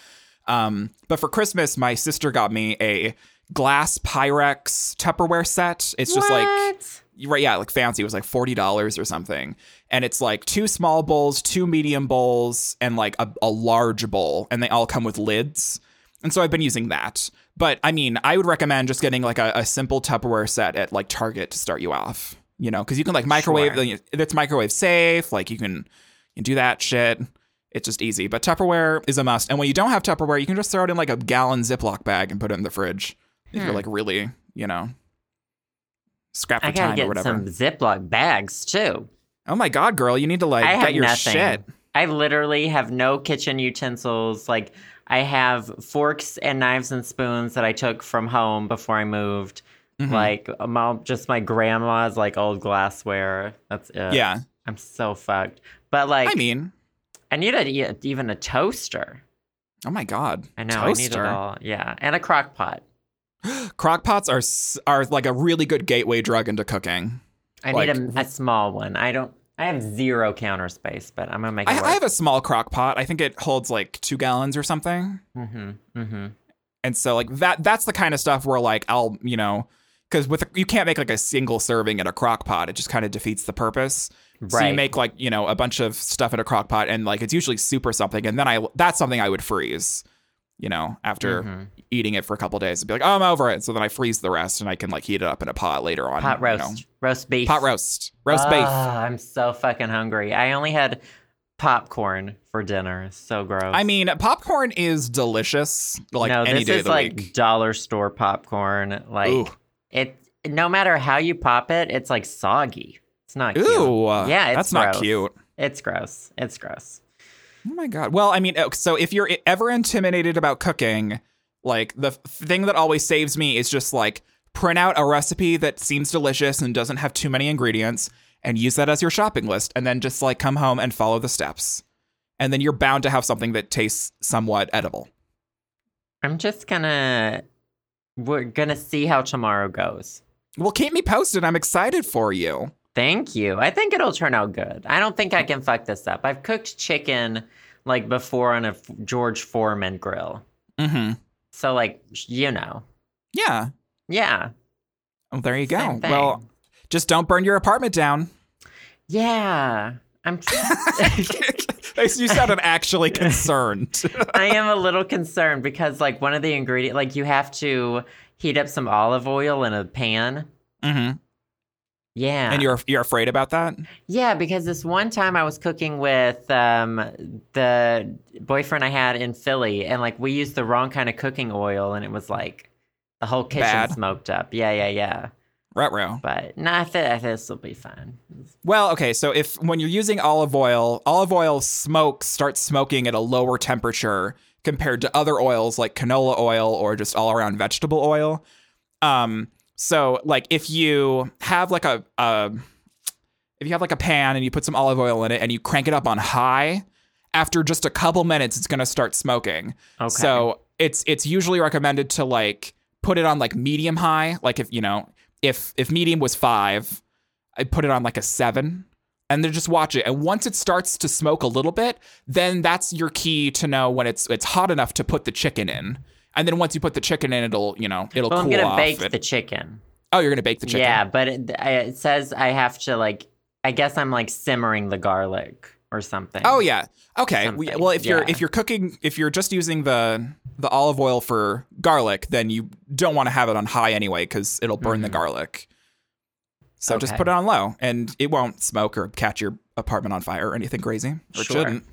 Speaker 2: Um, but for Christmas, my sister got me a glass Pyrex Tupperware set. It's just like
Speaker 1: What?
Speaker 2: right, yeah, like fancy. It was like forty dollars or something, and it's like two small bowls, two medium bowls, and like a, a large bowl, and they all come with lids. And so I've been using that. But I mean, I would recommend just getting like a, a simple Tupperware set at like Target to start you off. You know, because you can like microwave.
Speaker 1: Sure.
Speaker 2: That's microwave safe. Like you can, you can do that shit. It's just easy. But Tupperware is a must. And when you don't have Tupperware, you can just throw it in like a gallon Ziploc bag and put it in the fridge. If you're
Speaker 1: Hmm.
Speaker 2: like really, you know, scrap for
Speaker 1: I
Speaker 2: time
Speaker 1: gotta
Speaker 2: or
Speaker 1: get
Speaker 2: whatever.
Speaker 1: some Ziploc bags too.
Speaker 2: Oh my god, girl, you need to like
Speaker 1: I have
Speaker 2: get your
Speaker 1: nothing.
Speaker 2: shit.
Speaker 1: I literally have no kitchen utensils. Like I have forks and knives and spoons that I took from home before I moved.
Speaker 2: Mhm.
Speaker 1: Like my, just my grandma's like old glassware. That's it.
Speaker 2: Mm-hmm. yeah.
Speaker 1: I'm so fucked. But uh, like
Speaker 2: I mean,
Speaker 1: I need a, e- even a toaster.
Speaker 2: oh my god.
Speaker 1: I know I need it
Speaker 2: Toaster.
Speaker 1: all. Yeah, and a crock pot.
Speaker 2: Crockpots are s- are like a really good gateway drug into cooking.
Speaker 1: I
Speaker 2: Like-
Speaker 1: need a, a small one. I don't. I have zero counter space, but I'm gonna make it
Speaker 2: I,
Speaker 1: work.
Speaker 2: I have a small crock pot. I think it holds like two gallons or something.
Speaker 1: mm-hmm, mm-hmm.
Speaker 2: And so like that that's the kind of stuff where like I'll, you know, because with you can't make like a single serving in a crock pot. It just kind of defeats the purpose. So you
Speaker 1: Right.
Speaker 2: make like, you know, a bunch of stuff in a crock pot and like it's usually soup or something. And then I that's something I would freeze, you know, after
Speaker 1: Mhm.
Speaker 2: eating it for a couple days and be like, oh, I'm over it. So then I freeze the rest and I can like heat it up in a pot later on.
Speaker 1: Pot
Speaker 2: you
Speaker 1: roast,
Speaker 2: know.
Speaker 1: roast beef,
Speaker 2: Pot roast. Roast beef.
Speaker 1: Ah, I'm so fucking hungry. I only had popcorn for dinner. It's So gross.
Speaker 2: I mean, popcorn is delicious like
Speaker 1: no,
Speaker 2: any
Speaker 1: this
Speaker 2: day
Speaker 1: is
Speaker 2: of the
Speaker 1: like
Speaker 2: week.
Speaker 1: dollar store popcorn. Like
Speaker 2: Ooh.
Speaker 1: it, no matter how you pop it, it's like soggy. It's not. cute.
Speaker 2: Ooh.
Speaker 1: Yeah, it's
Speaker 2: that's not
Speaker 1: gross.
Speaker 2: cute.
Speaker 1: It's gross. It's gross.
Speaker 2: Oh my god. Well, I mean, oh, so if you're ever intimidated about cooking, like the f- thing that always saves me is just like print out a recipe that seems delicious and doesn't have too many ingredients and use that as your shopping list and then just like come home and follow the steps. And then you're bound to have something that tastes somewhat edible.
Speaker 1: I'm just gonna we're gonna see how tomorrow goes.
Speaker 2: Well, keep me posted. I'm excited for you.
Speaker 1: Thank you. I think it'll turn out good. I don't think I can fuck this up. I've cooked chicken like before on a F- George Foreman grill.
Speaker 2: Mm-hmm.
Speaker 1: So like, you know.
Speaker 2: Yeah.
Speaker 1: Yeah.
Speaker 2: Well, there you go.
Speaker 1: Same thing.
Speaker 2: Well, just don't burn your apartment down.
Speaker 1: Yeah. I'm
Speaker 2: you sounded actually concerned.
Speaker 1: I am a little concerned because like one of the ingredient like you have to heat up some olive oil in a pan.
Speaker 2: mm-hmm.
Speaker 1: Yeah.
Speaker 2: And you're you're afraid about that?
Speaker 1: Yeah, because this one time I was cooking with um, the boyfriend I had in Philly, and like we used the wrong kind of cooking oil, and it was like the whole kitchen
Speaker 2: Bad.
Speaker 1: smoked up. Yeah, yeah, yeah.
Speaker 2: Right, row.
Speaker 1: But no, I think, I think this will be fine.
Speaker 2: Well, okay. So if when you're using olive oil, olive oil smoke starts smoking at a lower temperature compared to other oils like canola oil or just all around vegetable oil. Um, so like if you have like a, a if you have like a pan and you put some olive oil in it and you crank it up on high, after just a couple minutes, it's gonna start smoking.
Speaker 1: Okay.
Speaker 2: So it's it's usually recommended to like put it on like medium high. Like if you know if if medium was five, I put it on like a seven, and then just watch it. And once it starts to smoke a little bit, then that's your key to know when it's it's hot enough to put the chicken in. And then once you put the chicken in, it'll you know it'll
Speaker 1: well,
Speaker 2: cool
Speaker 1: I'm gonna
Speaker 2: off.
Speaker 1: bake
Speaker 2: It-
Speaker 1: the chicken.
Speaker 2: oh, you're gonna bake the chicken.
Speaker 1: Yeah, but it, I- it says I have to like. I guess I'm like simmering the garlic or something.
Speaker 2: Oh yeah. Okay. We,
Speaker 1: Something,
Speaker 2: well, if you're
Speaker 1: yeah.
Speaker 2: if you're cooking, if you're just using the the olive oil for garlic, then you don't want to have it on high anyway because it'll burn the garlic. So just
Speaker 1: Mm-hmm. Okay.
Speaker 2: put it on low, and it won't smoke or catch your apartment on fire or anything crazy. Or it
Speaker 1: Sure.
Speaker 2: shouldn't.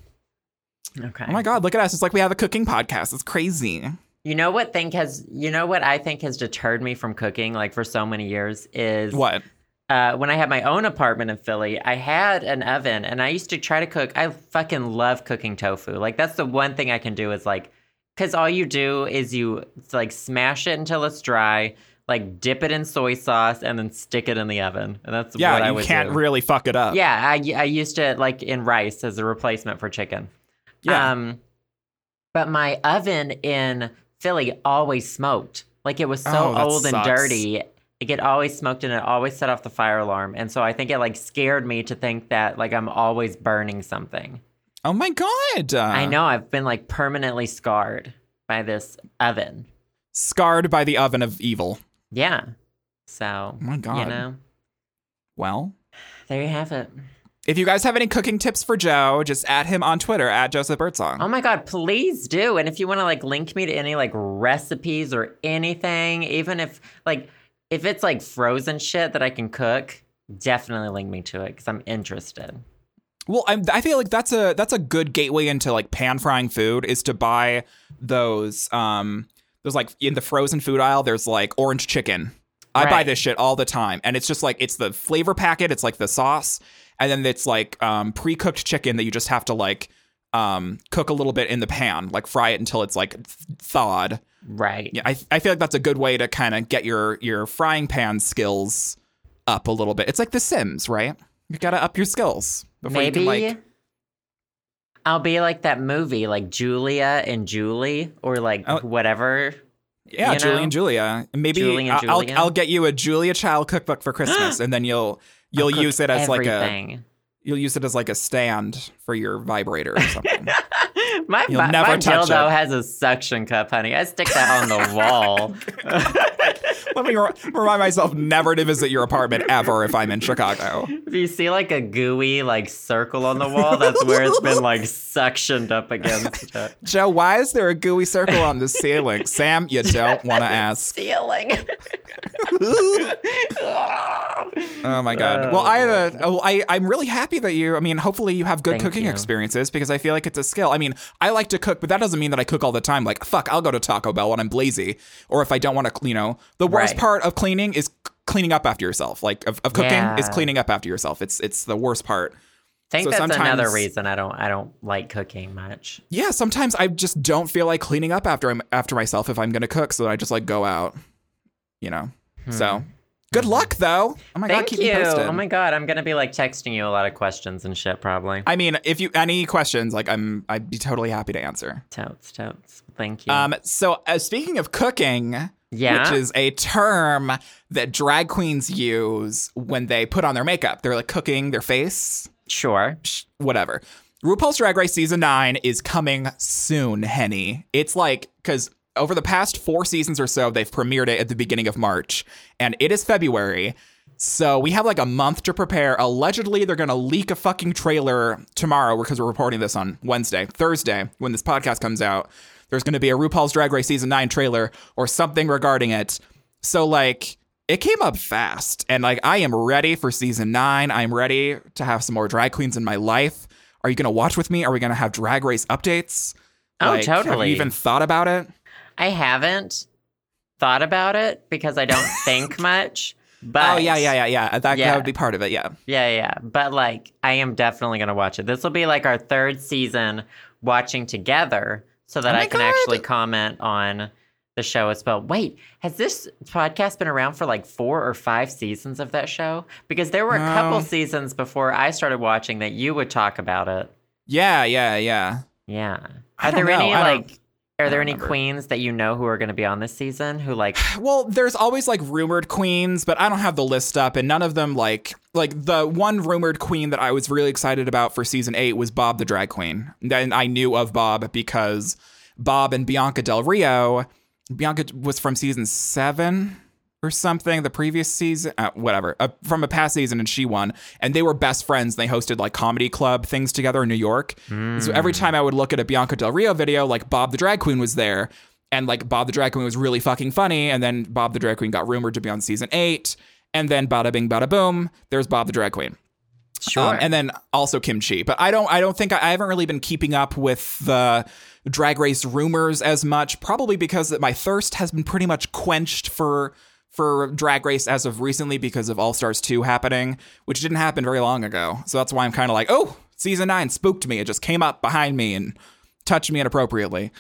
Speaker 1: Okay.
Speaker 2: Oh my god! Look at us. It's like we have a cooking podcast. It's crazy.
Speaker 1: You know what thing has you know what I think has deterred me from cooking like for so many years is
Speaker 2: What?
Speaker 1: uh, when I had my own apartment in Philly, I had an oven and I used to try to cook. I fucking love cooking tofu. Like that's the one thing I can do is like, cause all you do is you it's like smash it until it's dry, like dip it in soy sauce and then stick it in the oven. And that's what I
Speaker 2: Yeah, you
Speaker 1: would
Speaker 2: can't
Speaker 1: do.
Speaker 2: really fuck it up.
Speaker 1: Yeah, I, I used it like in rice as a replacement for chicken.
Speaker 2: Yeah.
Speaker 1: Um, but my oven in Philly always smoked. Like it was so
Speaker 2: Oh, that
Speaker 1: old and
Speaker 2: sucks.
Speaker 1: dirty. Like it always smoked and it always set off the fire alarm. And so I think it like scared me to think that like I'm always burning something.
Speaker 2: Oh my god.
Speaker 1: I know I've been like permanently scarred by this oven.
Speaker 2: Scarred by the oven of evil.
Speaker 1: Yeah. So,
Speaker 2: Oh my god.
Speaker 1: you know,
Speaker 2: Well.
Speaker 1: there you have it.
Speaker 2: If you guys have any cooking tips for Joe, just add him on Twitter at Joseph Birdsong.
Speaker 1: Oh my god, please do. And if you want to like link me to any like recipes or anything, even if like if it's like frozen shit that I can cook, definitely link me to it cuz I'm interested.
Speaker 2: Well, I, I feel like that's a that's a good gateway into like pan frying food is to buy those um those like in the frozen food aisle. There's like orange chicken. I buy
Speaker 1: Right.
Speaker 2: this shit all the time, and it's just like it's the flavor packet. It's like the sauce, and then it's like um, pre cooked chicken that you just have to like um cook a little bit in the pan, like fry it until it's like th- thawed.
Speaker 1: Right.
Speaker 2: Yeah, I, I feel like that's a good way to kind of get your your frying pan skills up a little bit. It's like The Sims, right? You gotta up your skills before
Speaker 1: Maybe
Speaker 2: you can like.
Speaker 1: I'll be like that movie like Julia and Julie or like
Speaker 2: Oh.
Speaker 1: whatever.
Speaker 2: Yeah,
Speaker 1: you
Speaker 2: Julie
Speaker 1: know?
Speaker 2: and Julia. Maybe
Speaker 1: Julie and
Speaker 2: I- I'll,
Speaker 1: Julia.
Speaker 2: I'll get you a Julia Child cookbook for Christmas, and then you'll you'll
Speaker 1: Cook
Speaker 2: use it as like a
Speaker 1: everything.
Speaker 2: you'll use it as like a stand for your vibrator or something.
Speaker 1: My,
Speaker 2: You'll
Speaker 1: my,
Speaker 2: never
Speaker 1: my
Speaker 2: touch
Speaker 1: dildo
Speaker 2: it.
Speaker 1: has a suction cup, honey. I stick that on the wall.
Speaker 2: Let me re- remind myself never to visit your apartment ever if I'm in Chicago.
Speaker 1: If you see like a gooey like circle on the wall, that's where it's been like suctioned up against the
Speaker 2: Joe, why is there a gooey circle on the ceiling? Sam, you don't want to ask.
Speaker 1: ceiling.
Speaker 2: Oh my god.
Speaker 1: Oh,
Speaker 2: well, I have a. oh, I I'm really happy that you. I mean, hopefully you have good
Speaker 1: Thank
Speaker 2: cooking
Speaker 1: you.
Speaker 2: experiences because I feel like it's a skill. I mean, I like to cook, but that doesn't mean that I cook all the time. Like, fuck, I'll go to Taco Bell when I'm lazy, or if I don't want to. You know, the worst
Speaker 1: Right.
Speaker 2: part of cleaning is c- cleaning up after yourself. Like of, of cooking is
Speaker 1: Yeah.
Speaker 2: cleaning up after yourself. It's it's the worst part.
Speaker 1: think
Speaker 2: So
Speaker 1: that's another
Speaker 2: sometimes-
Speaker 1: reason I don't I don't like cooking much.
Speaker 2: Yeah, sometimes I just don't feel like cleaning up after I'm after myself if I'm gonna cook, so I just like go out. You know.
Speaker 1: Hmm.
Speaker 2: So, good luck though. Oh my god,
Speaker 1: Thank
Speaker 2: keep
Speaker 1: you.
Speaker 2: me posted.
Speaker 1: Oh my god, I'm gonna be like texting you a lot of questions and shit probably.
Speaker 2: I mean, if you any questions, like I'm, I'd be totally happy to answer.
Speaker 1: totes, totes. Thank you.
Speaker 2: Um, so uh, speaking of cooking,
Speaker 1: Yeah.
Speaker 2: which is a term that drag queens use when they put on their makeup. They're like cooking their face,
Speaker 1: sure.
Speaker 2: sh- whatever. RuPaul's Drag Race season nine is coming soon, Henny. It's like, because over the past four seasons or so, they've premiered it at the beginning of March, and it is February. So we have like a month to prepare. Allegedly, they're going to leak a fucking trailer tomorrow because we're reporting this on Wednesday, Thursday, when this podcast comes out. There's going to be a RuPaul's Drag Race season nine trailer or something regarding it. So, like, it came up fast and like i am ready for season nine i'm ready to have some more drag queens in my life are you gonna watch with me are we gonna have drag race updates
Speaker 1: Oh,
Speaker 2: Like, have
Speaker 1: totally.
Speaker 2: you even thought about it
Speaker 1: I haven't thought about it because I don't think much. But
Speaker 2: oh yeah yeah yeah yeah that, that
Speaker 1: Yeah.
Speaker 2: would be part of it yeah
Speaker 1: Yeah, yeah. But like, I am definitely going to watch it. This will be like our third season watching together so that
Speaker 2: Oh my
Speaker 1: I can
Speaker 2: God.
Speaker 1: actually comment on the show as well. Wait, has this podcast been around for like four or five seasons of that show? Because there were a couple
Speaker 2: No.
Speaker 1: seasons before I started watching that you would talk about it.
Speaker 2: yeah yeah yeah
Speaker 1: Yeah. Are
Speaker 2: I
Speaker 1: there
Speaker 2: don't know.
Speaker 1: any
Speaker 2: I don't-
Speaker 1: like, are there
Speaker 2: don't
Speaker 1: any
Speaker 2: remember. Um,
Speaker 1: queens that you know who are going to be on this season who like,
Speaker 2: well there's always like rumored queens but i don't have the list up and none of them like like the one rumored queen that i was really excited about for season eight was bob the drag queen and i knew of bob because bob and bianca del rio bianca was from season seven or something the previous season uh, whatever uh, from a past season and she won and they were best friends they hosted like comedy club things together in new york And so every time i would look at a bianca del rio video like bob the drag queen was there and like bob the drag queen was really fucking funny and then bob the drag queen got rumored to be on season eight and then bada bing bada boom there's bob the drag queen
Speaker 1: sure.
Speaker 2: um, and then also kimchi. But I don't I don't think I, I haven't really been keeping up with the drag race rumors as much, probably because my thirst has been pretty much quenched for for drag race as of recently because of All Stars 2 happening, which didn't happen very long ago. So that's why I'm kind of like, "Oh, season 9 spooked me. It just came up behind me and touched me inappropriately."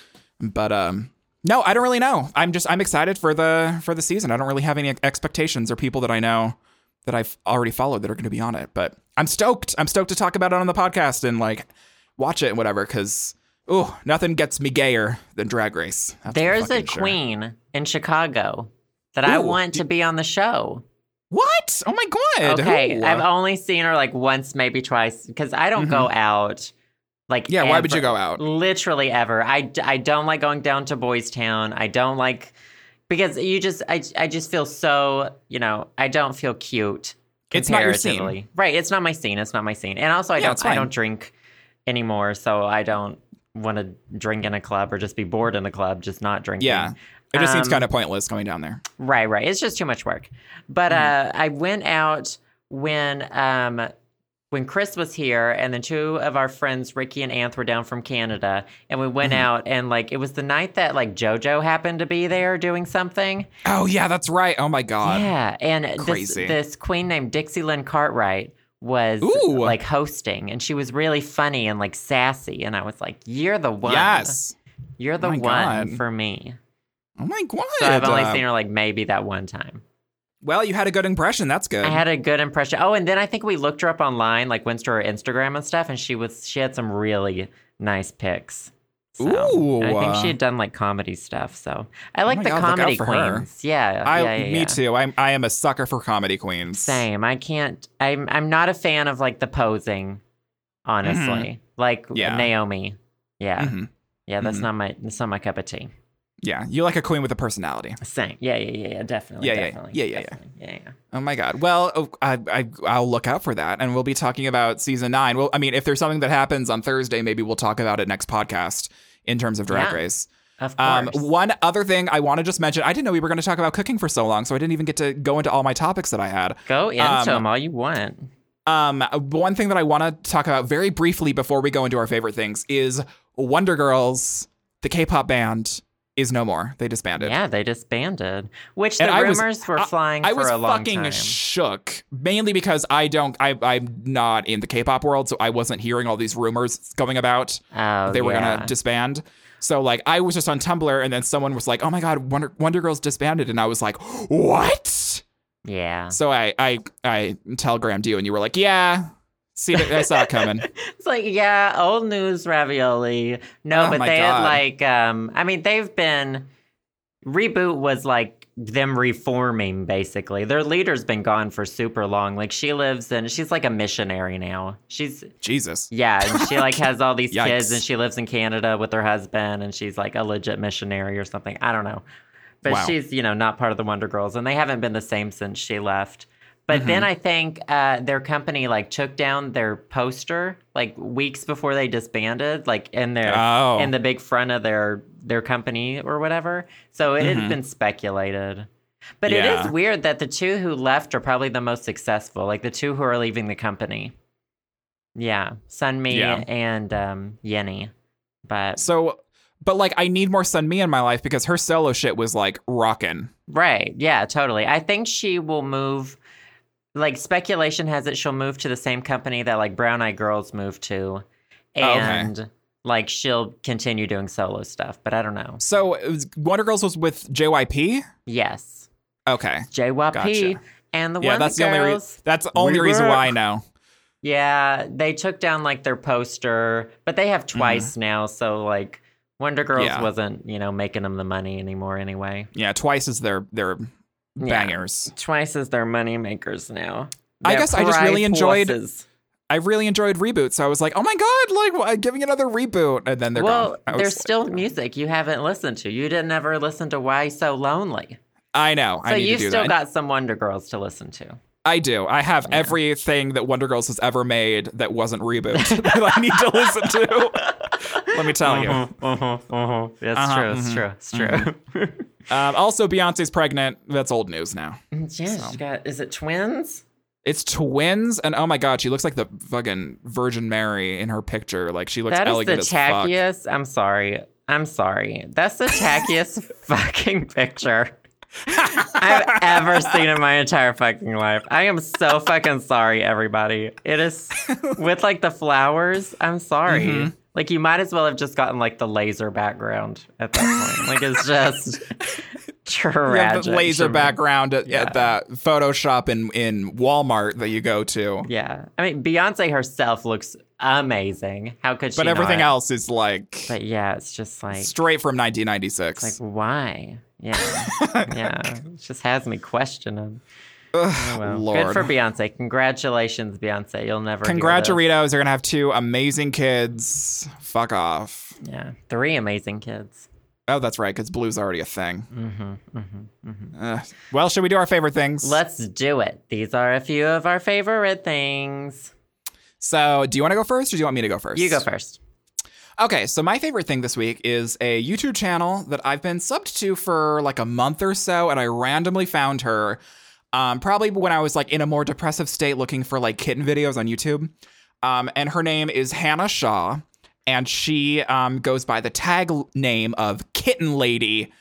Speaker 2: But um no, I don't really know. I'm just I'm excited for the for the season. I don't really have any expectations or people that I know that I've already followed that are going to be on it. But I'm stoked. I'm stoked to talk about it on the podcast and like watch it and whatever. Because ooh, nothing gets me gayer than Drag Race. That's for
Speaker 1: There's a
Speaker 2: fucking sure.
Speaker 1: queen in Chicago that I
Speaker 2: Ooh,
Speaker 1: want to be on the show.
Speaker 2: What? Oh my god.
Speaker 1: Okay,
Speaker 2: Who?
Speaker 1: I've only seen her like once, maybe twice, because I don't go out. Like,
Speaker 2: Mm-hmm. yeah. Why would
Speaker 1: ever-
Speaker 2: you go out?
Speaker 1: Literally ever. I, d- I don't like going down to Boys Town. I don't like because you just I I just feel so you know I don't feel cute.
Speaker 2: It's not your scene.
Speaker 1: comparatively. right? It's not my scene. It's not my scene. And also, I
Speaker 2: Yeah, it's
Speaker 1: don't I
Speaker 2: fine.
Speaker 1: don't drink anymore, so I don't want to drink in a club or just be bored in a club, just not drinking.
Speaker 2: Yeah. It just seems
Speaker 1: Um,
Speaker 2: kind of pointless going down there.
Speaker 1: Right, right. It's just too much work. But uh,
Speaker 2: Mm-hmm.
Speaker 1: I went out when um, when Chris was here, and then two of our friends, Ricky and Anth, were down from Canada, and we
Speaker 2: Mm-hmm.
Speaker 1: went out, and like it was the night that like JoJo happened to be there doing something.
Speaker 2: Oh yeah, that's right. Oh my god.
Speaker 1: yeah, and this,
Speaker 2: crazy.
Speaker 1: this queen named Dixie Lynn Cartwright was
Speaker 2: Ooh.
Speaker 1: like hosting, and she was really funny and like sassy, and I was like, "You're the one.
Speaker 2: Yes.
Speaker 1: you're the
Speaker 2: My
Speaker 1: one
Speaker 2: God.
Speaker 1: for me."
Speaker 2: Oh my god.
Speaker 1: So I've only
Speaker 2: Uh,
Speaker 1: seen her like maybe that one time.
Speaker 2: well, you had a good impression. That's good.
Speaker 1: I had a good impression. Oh, and then I think we looked her up online, like went to her Instagram and stuff, and she was she had some really nice pics. So,
Speaker 2: Ooh. Oh
Speaker 1: and I think she had done like comedy stuff. So I like
Speaker 2: my
Speaker 1: the
Speaker 2: God, look out
Speaker 1: comedy
Speaker 2: for her.
Speaker 1: queens. Yeah,
Speaker 2: I,
Speaker 1: yeah, yeah,
Speaker 2: me
Speaker 1: yeah.
Speaker 2: too. I'm I am a sucker for comedy queens.
Speaker 1: Same. I can't. I'm I'm not a fan of like the posing, honestly. Like
Speaker 2: Mm-hmm. Yeah.
Speaker 1: Naomi. Yeah,
Speaker 2: Mhm.
Speaker 1: yeah. That's
Speaker 2: Mhm.
Speaker 1: not my that's not my cup of tea.
Speaker 2: Yeah, you like a queen with a personality.
Speaker 1: Same. Yeah, yeah, yeah, yeah. Definitely.
Speaker 2: Yeah, yeah,
Speaker 1: definitely,
Speaker 2: yeah, yeah, yeah.
Speaker 1: definitely. yeah, yeah.
Speaker 2: Oh my God. Well, oh, I, I, I'll look out for that. And we'll be talking about season nine. Well, I mean, if there's something that happens on Thursday, maybe we'll talk about it next podcast in terms of Drag
Speaker 1: Yeah.
Speaker 2: Race.
Speaker 1: Of
Speaker 2: Um,
Speaker 1: course.
Speaker 2: one other thing I want to just mention I didn't know we were going to talk about cooking for so long, so I didn't even get to go into all my topics that I had.
Speaker 1: Go into
Speaker 2: um,
Speaker 1: them all you want.
Speaker 2: Um, one thing that I want to talk about very briefly before we go into our favorite things is Wonder Girls, the K pop band, is no more. They disbanded.
Speaker 1: Yeah, they disbanded. Which
Speaker 2: And
Speaker 1: the
Speaker 2: I was-
Speaker 1: rumors were
Speaker 2: I-
Speaker 1: flying
Speaker 2: I
Speaker 1: for
Speaker 2: was
Speaker 1: a long
Speaker 2: fucking
Speaker 1: time.
Speaker 2: shook, mainly because I don't, I, I'm not in the K-pop world, so I wasn't hearing all these rumors going about
Speaker 1: oh,
Speaker 2: they were
Speaker 1: yeah.
Speaker 2: gonna disband. So like, I was just on Tumblr, and then someone was like, "Oh my God, Wonder, Wonder Girls disbanded," and I was like, "What?"
Speaker 1: Yeah,
Speaker 2: So I, I, I telegrammed you, and you were like, "Yeah." See, I saw it coming.
Speaker 1: it's like yeah, old news ravioli. No,
Speaker 2: Oh
Speaker 1: but
Speaker 2: my
Speaker 1: they
Speaker 2: God.
Speaker 1: had like, um, I mean, they've been reboot was like them reforming basically. Their leader's been gone for super long. Like she lives in she's like a missionary now. She's
Speaker 2: Jesus.
Speaker 1: yeah, and she like has all these kids
Speaker 2: Yikes.
Speaker 1: and she lives in Canada with her husband and she's like a legit missionary or something. I don't know. But
Speaker 2: Wow.
Speaker 1: she's, you know, not part of the Wonder Girls and they haven't been the same since she left. But then
Speaker 2: Mm-hmm.
Speaker 1: I think uh, their company like took down their poster like weeks before they disbanded, like in their
Speaker 2: Oh.
Speaker 1: in the big front of their their company or whatever. So it has been speculated. But it
Speaker 2: Mm-hmm. Yeah.
Speaker 1: is weird that the two who left are probably the most successful, like the two who are leaving the company. Yeah, Sunmi
Speaker 2: Yeah.
Speaker 1: and um, Yenny. But
Speaker 2: So, but like, I need more Sun Mi in my life because her solo shit was like rocking.
Speaker 1: right, yeah, totally. I think she will move. Like speculation has it, she'll move to the same company that like Brown Eyed Girls moved to,
Speaker 2: Oh, okay.
Speaker 1: and like she'll continue doing solo stuff. But I don't know.
Speaker 2: So it was, Wonder Girls was with JYP.
Speaker 1: Yes,
Speaker 2: Okay,
Speaker 1: JYP
Speaker 2: Gotcha.
Speaker 1: and the
Speaker 2: yeah,
Speaker 1: Wonder
Speaker 2: that's the only re-
Speaker 1: Girls.
Speaker 2: that's the only
Speaker 1: We
Speaker 2: reason
Speaker 1: were-
Speaker 2: why I know.
Speaker 1: Yeah, they took down like their poster, but they have twice now. So like Wonder Girls
Speaker 2: Mm-hmm. Yeah.
Speaker 1: wasn't, you know, making them the money anymore anyway.
Speaker 2: Yeah, twice is their their
Speaker 1: Yeah.
Speaker 2: bangers.
Speaker 1: Twice as their money makers now.
Speaker 2: I
Speaker 1: Their
Speaker 2: guess I just really
Speaker 1: prize
Speaker 2: enjoyed-
Speaker 1: horses.
Speaker 2: I really enjoyed reboot, so I was like, oh my god, like why- giving another reboot, and then they're
Speaker 1: well,
Speaker 2: gone. I was
Speaker 1: there's
Speaker 2: like,
Speaker 1: still music you haven't listened to. You didn't ever listen to Why So Lonely.
Speaker 2: I know.
Speaker 1: So
Speaker 2: I need
Speaker 1: you
Speaker 2: to do
Speaker 1: still
Speaker 2: that.
Speaker 1: got some Wonder Girls to listen to.
Speaker 2: I do. I have everything that Wonder Girls has ever made that wasn't reboot that I need to listen to. Let me tell you.
Speaker 1: uh-huh, uh-huh. That's
Speaker 2: Uh-huh,
Speaker 1: true, it's
Speaker 2: mhm,
Speaker 1: true. It's true.
Speaker 2: Um, also, Beyonce's pregnant. That's old news now.
Speaker 1: yeah, she got is it twins?
Speaker 2: It's twins, and oh my god, she looks like the fucking Virgin Mary in her picture. Like she looks
Speaker 1: That is
Speaker 2: elegant
Speaker 1: the
Speaker 2: as fuck.
Speaker 1: tackiest. I'm sorry. I'm sorry. That's the tackiest fucking picture I've ever seen in my entire fucking life. I am so fucking sorry, everybody. It is with like the flowers. I'm sorry.
Speaker 2: Mm-hmm.
Speaker 1: Like you might as well have just gotten like the laser background at that point. Like it's just
Speaker 2: You have
Speaker 1: tragic.
Speaker 2: the laser
Speaker 1: to me.
Speaker 2: background at,
Speaker 1: Yeah.
Speaker 2: at that Photoshop in in Walmart that you go to,
Speaker 1: Yeah. I mean, Beyonce herself looks amazing. How could she?
Speaker 2: but everything
Speaker 1: not?
Speaker 2: else is like
Speaker 1: But yeah, it's just like.
Speaker 2: straight from 1996.
Speaker 1: Like, why? Yeah. yeah. It just has me questioning. Oh,
Speaker 2: Ugh,
Speaker 1: Well,
Speaker 2: Lord.
Speaker 1: Good for Beyonce. Congratulations, Beyonce. You'll never hear this.
Speaker 2: Congraturitos are gonna have two amazing kids. Fuck off.
Speaker 1: Yeah. Three amazing kids.
Speaker 2: Oh, that's right, because blue's already a thing.
Speaker 1: hmm hmm
Speaker 2: Ugh. well, should we do our favorite things?
Speaker 1: Let's do it. These are a few of our favorite things.
Speaker 2: so, do you want to go first, or do you want me to go first?
Speaker 1: You go first.
Speaker 2: Okay, so my favorite thing this week is a YouTube channel that I've been subbed to for like a month or so, and I randomly found her, um, probably when I was like in a more depressive state, looking for like kitten videos on YouTube. Um, and her name is Hannah Shaw, and she um, goes by the tag l- name of Kitten Lady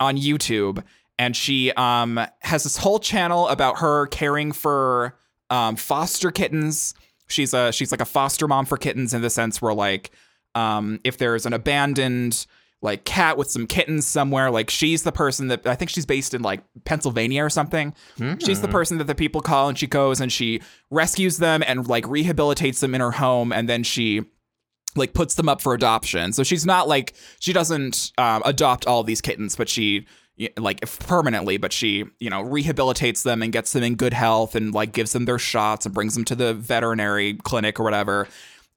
Speaker 2: on YouTube, and she um, has this whole channel about her caring for um, foster kittens. She's a she's like a foster mom for kittens in the sense where like um, if there's an abandoned like cat with some kittens somewhere, like she's the person that I think she's based in like Pennsylvania or something. She's the person that the people call, and she goes and she rescues them and like rehabilitates them in her home, and then she like puts them up for adoption. So she's not like she doesn't um, adopt all these kittens, but she y- like if permanently, but she you know rehabilitates them and gets them in good health and like gives them their shots and brings them to the veterinary clinic or whatever.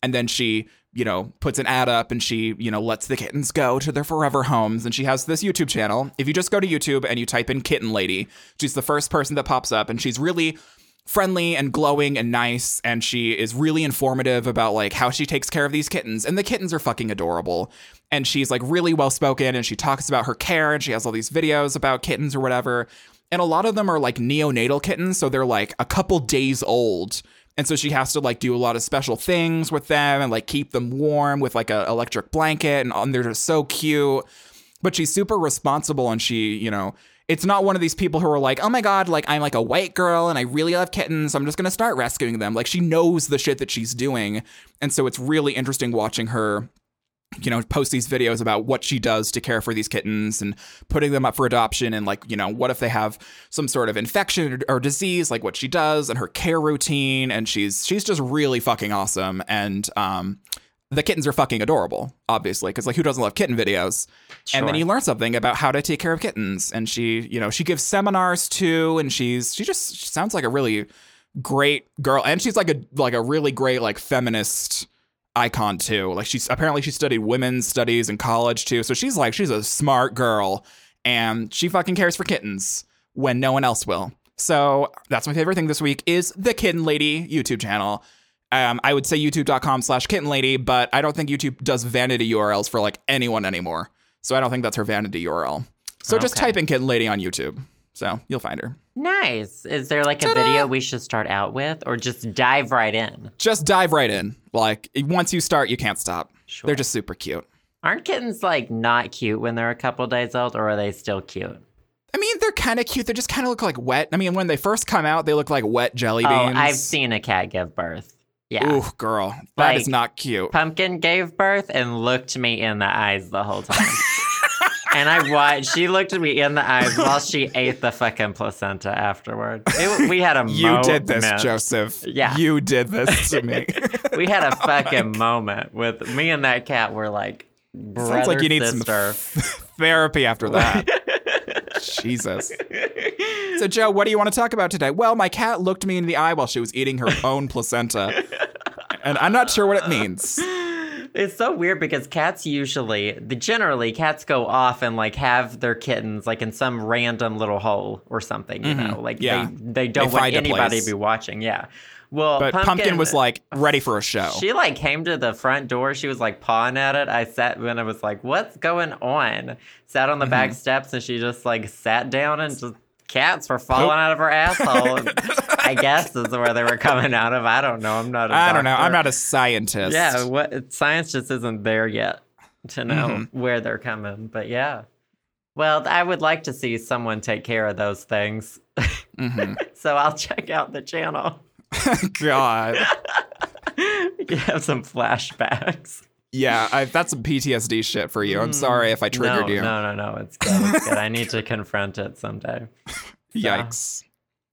Speaker 2: And then she you know puts an ad up and she you know lets the kittens go to their forever homes. And she has this YouTube channel. If you just go to YouTube and you type in kitten lady, she's the first person that pops up, and she's really friendly and glowing and nice and she is really informative about like how she takes care of these kittens and the kittens are fucking adorable and she's like really well spoken and she talks about her care and she has all these videos about kittens or whatever and a lot of them are like neonatal kittens so they're like a couple days old and so she has to like do a lot of special things with them and like keep them warm with like a electric blanket and, and they're just so cute but she's super responsible and she, you know, it's not one of these people who are like, oh my God, like I'm like a white girl and I really love kittens. So I'm just going to start rescuing them. Like she knows the shit that she's doing. And so it's really interesting watching her you know, post these videos about what she does to care for these kittens and putting them up for adoption. And, like, you know, what if they have some sort of infection or, or disease, like what she does and her care routine. And she's, she's just really fucking awesome. And, um, the kittens are fucking adorable, obviously, because like who doesn't love kitten videos? And then
Speaker 1: Sure.
Speaker 2: you learn something about how to take care of kittens. And she, you know, she gives seminars too, and she's she just she sounds like a really great girl, and she's like a like a really great like feminist icon too. Like she's apparently she studied women's studies in college too, so she's like she's a smart girl, and she fucking cares for kittens when no one else will. So that's my favorite thing this week is the Kitten Lady YouTube channel. Um, I would say youtube.com slash kitten lady, but I don't think YouTube does vanity URLs for like anyone anymore. So I don't think that's her vanity URL. So just
Speaker 1: Okay.
Speaker 2: type in kitten lady on YouTube. So you'll find her.
Speaker 1: Nice. Is there like a
Speaker 2: Ta-da!
Speaker 1: video we should start out with or just dive right in?
Speaker 2: Just dive right in. Like once you start, you can't stop.
Speaker 1: Sure.
Speaker 2: They're just super cute.
Speaker 1: Aren't kittens like not cute when they're a couple days old or are they still cute?
Speaker 2: I mean, they're kind of cute. They just kind of look like wet. I mean, when they first come out, they look like wet jelly beans.
Speaker 1: Oh, I've seen a cat give birth. Yeah.
Speaker 2: Ooh, girl, that is
Speaker 1: Like-
Speaker 2: not cute.
Speaker 1: Pumpkin gave birth and looked me in the eyes the whole time. and I watched, she looked me in the eyes while she ate the fucking placenta afterward. It- we had a
Speaker 2: You
Speaker 1: moment.
Speaker 2: did this, Joseph.
Speaker 1: Yeah.
Speaker 2: You did this to me.
Speaker 1: We had
Speaker 2: Oh
Speaker 1: a fucking moment with me and that cat were like, brother,
Speaker 2: Sounds like you need
Speaker 1: sister.
Speaker 2: some therapy after that. Jesus. So, Joe, what do you want to talk about today? Well, my cat looked me in the eye while she was eating her own placenta, and I'm not sure what it means.
Speaker 1: It's so weird because cats usually, the generally, cats go off and like have their kittens like in some random little hole or something. You know, like
Speaker 2: Mm-hmm. Yeah.
Speaker 1: they, they don't
Speaker 2: They
Speaker 1: want
Speaker 2: find a
Speaker 1: anybody
Speaker 2: place.
Speaker 1: to be watching. Yeah. Well,
Speaker 2: But Pumpkin, was like ready for a show.
Speaker 1: She like came to the front door. She was like pawing at it. I sat and I was like, "What's going on?" Sat on the
Speaker 2: Mm-hmm.
Speaker 1: back steps and she just like sat down and just cats were falling
Speaker 2: Nope.
Speaker 1: out of her asshole. I guess is where they were coming out of. I don't know. I'm not. I
Speaker 2: I don't know. I'm not a scientist.
Speaker 1: Yeah, what science just isn't there yet to know
Speaker 2: Mm-hmm.
Speaker 1: where they're coming. But yeah, well, I would like to see someone take care of those things.
Speaker 2: Mm-hmm.
Speaker 1: so I'll check out the channel.
Speaker 2: God.
Speaker 1: you have some flashbacks.
Speaker 2: Yeah, I, that's some PTSD shit for you. I'm sorry if I triggered
Speaker 1: Mm, no,
Speaker 2: you.
Speaker 1: No, no, no. It's good. It's good. I need to confront it someday.
Speaker 2: Yikes.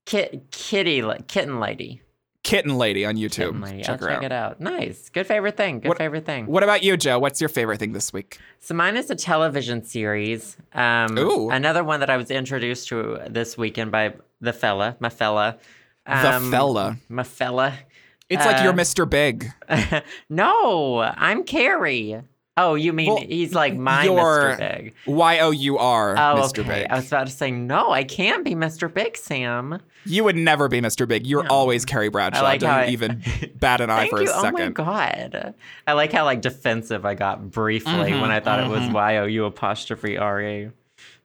Speaker 1: Kit, kitty, la- kitten lady.
Speaker 2: Kitten Lady on YouTube.
Speaker 1: Kitten lady.
Speaker 2: Check
Speaker 1: I'll
Speaker 2: her
Speaker 1: check
Speaker 2: out.
Speaker 1: it out. Nice. Good favorite thing. Good
Speaker 2: What-
Speaker 1: favorite thing.
Speaker 2: What about you, Joe? What's your favorite thing this week?
Speaker 1: So mine is a television series. Um,
Speaker 2: Ooh.
Speaker 1: Another one that I was introduced to this weekend by the fella, my fella.
Speaker 2: the fella.
Speaker 1: My fella.
Speaker 2: It's like you're
Speaker 1: Um, uh,
Speaker 2: Mr. Big.
Speaker 1: no, I'm Carrie. Oh, you mean
Speaker 2: Well,
Speaker 1: he's like my
Speaker 2: you're
Speaker 1: Mr. Big.
Speaker 2: Y O U R,
Speaker 1: Oh,
Speaker 2: Mr.
Speaker 1: okay.
Speaker 2: Big.
Speaker 1: I was about to say, no, I can't be Mr. Big, Sam.
Speaker 2: You would never be Mr. Big. You're always Carrie Bradshaw.
Speaker 1: I like
Speaker 2: Don't
Speaker 1: how I-
Speaker 2: even bat an eye
Speaker 1: Thank
Speaker 2: for
Speaker 1: you.
Speaker 2: a
Speaker 1: Oh my
Speaker 2: second.
Speaker 1: god. I like how like defensive I got briefly when I thought it was Y O U apostrophe R E.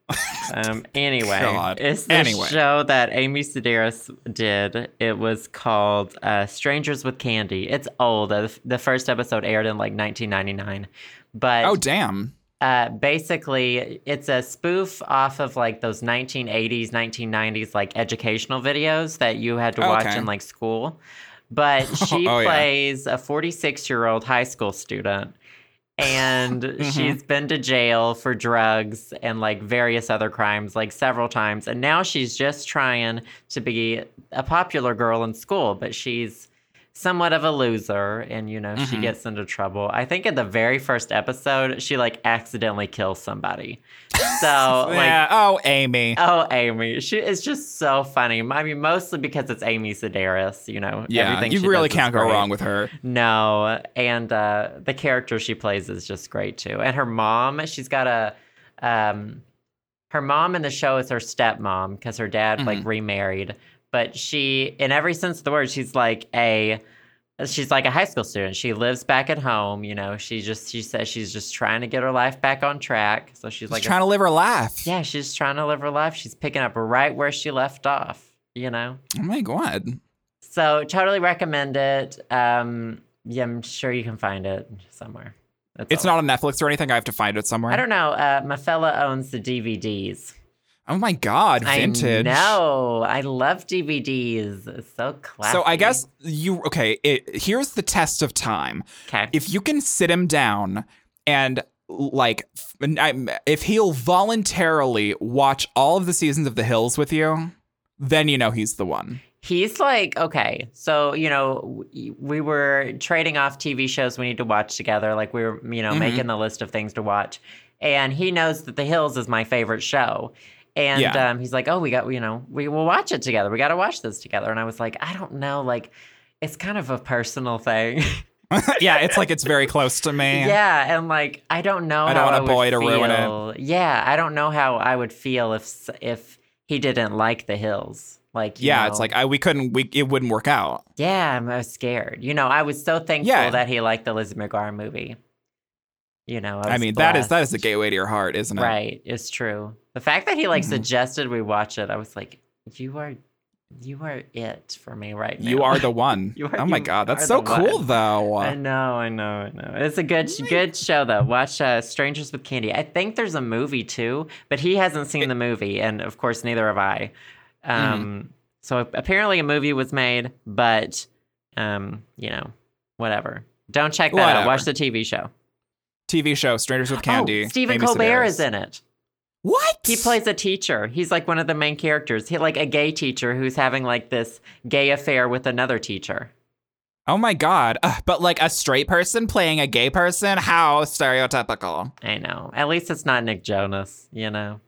Speaker 1: Um anyway.
Speaker 2: God.
Speaker 1: It's the
Speaker 2: Anyway.
Speaker 1: show that Amy Sedaris did. It was called uh, Strangers with Candy. It's old. Uh, The, the first episode aired in like 1999. But
Speaker 2: oh damn!
Speaker 1: uh, basically it's a spoof off of like those 1980s 1990s like educational videos that you had to watch
Speaker 2: Oh, Okay.
Speaker 1: in like school but she
Speaker 2: Oh, yeah.
Speaker 1: plays a 46 year old high school student and
Speaker 2: Mm-hmm.
Speaker 1: she's been to jail for drugs and like various other crimes like several times and now she's just trying to be a popular girl in school but she's somewhat of a loser and you know
Speaker 2: Mm-hmm.
Speaker 1: she gets into trouble i think in the very first episode she like accidentally kills somebody so like
Speaker 2: yeah. Oh, Amy.
Speaker 1: oh amy she is just so funny i mean mostly because it's amy sedaris you know
Speaker 2: yeah,
Speaker 1: everything
Speaker 2: you
Speaker 1: she
Speaker 2: really
Speaker 1: does is
Speaker 2: can't go
Speaker 1: great.
Speaker 2: wrong with her.
Speaker 1: no and uh the character she plays is just great too and her mom she's got a um her mom in the show is her stepmom because her dad
Speaker 2: Mm-hmm.
Speaker 1: like remarried but she in every sense of the word she's like a she's like a high school student she lives back at home you know she just she says she's just trying to get her life back on track so she's
Speaker 2: She's
Speaker 1: like a-
Speaker 2: trying to live her life.
Speaker 1: yeah she's just trying to live her life she's picking up right where she left off you know
Speaker 2: Oh my god.
Speaker 1: so totally recommend it um yeah i'm sure you can find it somewhere That's
Speaker 2: It's
Speaker 1: all.
Speaker 2: not on Netflix or anything. I have to find it somewhere.
Speaker 1: Oh. i don't know uh my fella owns the dvds
Speaker 2: oh my god, vintage.
Speaker 1: I know. I love DVDs. It's so classic.
Speaker 2: So I guess you okay. It, here's the test of time.
Speaker 1: okay.
Speaker 2: If you can sit him down and like, f- and I'm- if he'll voluntarily watch all of the seasons of The Hills with you, then you know he's the one.
Speaker 1: He's like, okay, so, you know, w- we were trading off TV shows we need to watch together. Like, we were, you know,
Speaker 2: Mhm.
Speaker 1: making the list of things to watch. And he knows that The Hills is my favorite show. And
Speaker 2: Yeah.
Speaker 1: um, he's like, oh, we got, you know, we will watch it together. We got to watch this together. And I was like, I don't know. Like, it's kind of a personal thing.
Speaker 2: yeah, it's like it's very close to me.
Speaker 1: yeah. And like, I don't know.
Speaker 2: Eh. I don't
Speaker 1: how
Speaker 2: want a
Speaker 1: would
Speaker 2: boy to ruin it.
Speaker 1: feel. it. Yeah. I don't know how I would feel if s- if he didn't like The Hills. Like, you
Speaker 2: Yeah, it's
Speaker 1: know.
Speaker 2: like I we couldn't we it wouldn't work out.
Speaker 1: Yeah, I'm uh, scared. You know, I was so thankful
Speaker 2: Yeah.
Speaker 1: that he liked the Lizzie McGuire movie. You know, I,
Speaker 2: I
Speaker 1: was
Speaker 2: mean, that is that is the
Speaker 1: blessed.
Speaker 2: gateway to your heart, isn't it?
Speaker 1: Right, it's true. The fact that he like
Speaker 2: Mhm.
Speaker 1: suggested we watch it, I was like, you are, you are it for me right now.
Speaker 2: You are the one.
Speaker 1: You are-
Speaker 2: oh my
Speaker 1: you
Speaker 2: god, that's
Speaker 1: are
Speaker 2: so
Speaker 1: the one.
Speaker 2: cool though.
Speaker 1: I know, I know, I know. It's a good, good show though. Watch uh, Strangers with Candy. I think there's a movie too, but he hasn't seen the movie, and of course, neither have I.
Speaker 2: Mm.
Speaker 1: Um, So apparently, a movie was made, but um, you know, whatever. Don't check that out.
Speaker 2: Whatever.
Speaker 1: Watch the TV show.
Speaker 2: TV show Strangers with Candy.
Speaker 1: Oh, Stephen
Speaker 2: Amy
Speaker 1: Colbert
Speaker 2: Sedaris.
Speaker 1: is in it.
Speaker 2: What?
Speaker 1: He plays a teacher. He's like one of the main characters. He like a gay teacher who's having like this gay affair with another teacher.
Speaker 2: Oh my god. Ugh, but like a straight person playing a gay person, how stereotypical.
Speaker 1: I know. At least it's not Nick Jonas, you know.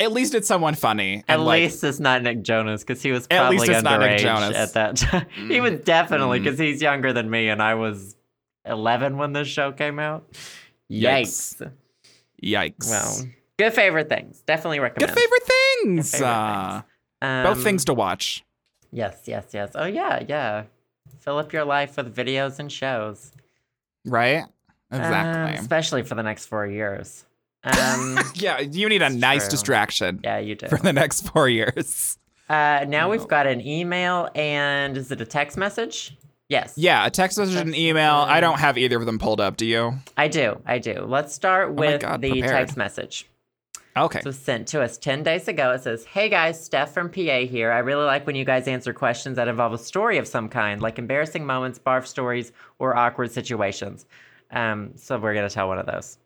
Speaker 2: At least it's someone funny.
Speaker 1: At
Speaker 2: and, like,
Speaker 1: least it's not Nick Jonas because he was
Speaker 2: At
Speaker 1: probably
Speaker 2: least it's
Speaker 1: underage
Speaker 2: not Nick Jonas.
Speaker 1: at that time. he
Speaker 2: Mm.
Speaker 1: was definitely
Speaker 2: Mm.
Speaker 1: because he's younger than me, and I was eleven when this show came out. Yikes!
Speaker 2: Yikes. yikes.
Speaker 1: Well, good favorite things. Definitely
Speaker 2: good
Speaker 1: recommend.
Speaker 2: favorite
Speaker 1: Good
Speaker 2: things.
Speaker 1: favorite
Speaker 2: Uh,
Speaker 1: things. Um,
Speaker 2: both things to watch.
Speaker 1: Yes, yes, yes. Oh yeah, yeah. Fill up your life with videos and shows.
Speaker 2: Right?
Speaker 1: Um,
Speaker 2: Exactly.
Speaker 1: especially for the next four years. Um,
Speaker 2: yeah, you need a
Speaker 1: it's
Speaker 2: nice
Speaker 1: true.
Speaker 2: distraction
Speaker 1: yeah, you do.
Speaker 2: for the next four years.
Speaker 1: Uh, now
Speaker 2: No.
Speaker 1: we've got an email and is it a text message? Yes.
Speaker 2: Yeah, a text message and
Speaker 1: That's
Speaker 2: email. I
Speaker 1: fine.
Speaker 2: don't have either of them pulled up. Do you?
Speaker 1: I do. I do. Let's start
Speaker 2: Oh my
Speaker 1: with
Speaker 2: God,
Speaker 1: the
Speaker 2: prepared.
Speaker 1: text message.
Speaker 2: Okay.
Speaker 1: This was sent to us 10 days ago. It says, Hey guys, Steph from PA here. I really like when you guys answer questions that involve a story of some kind, like embarrassing moments, barf stories, or awkward situations. Um, so we're going to tell one of those.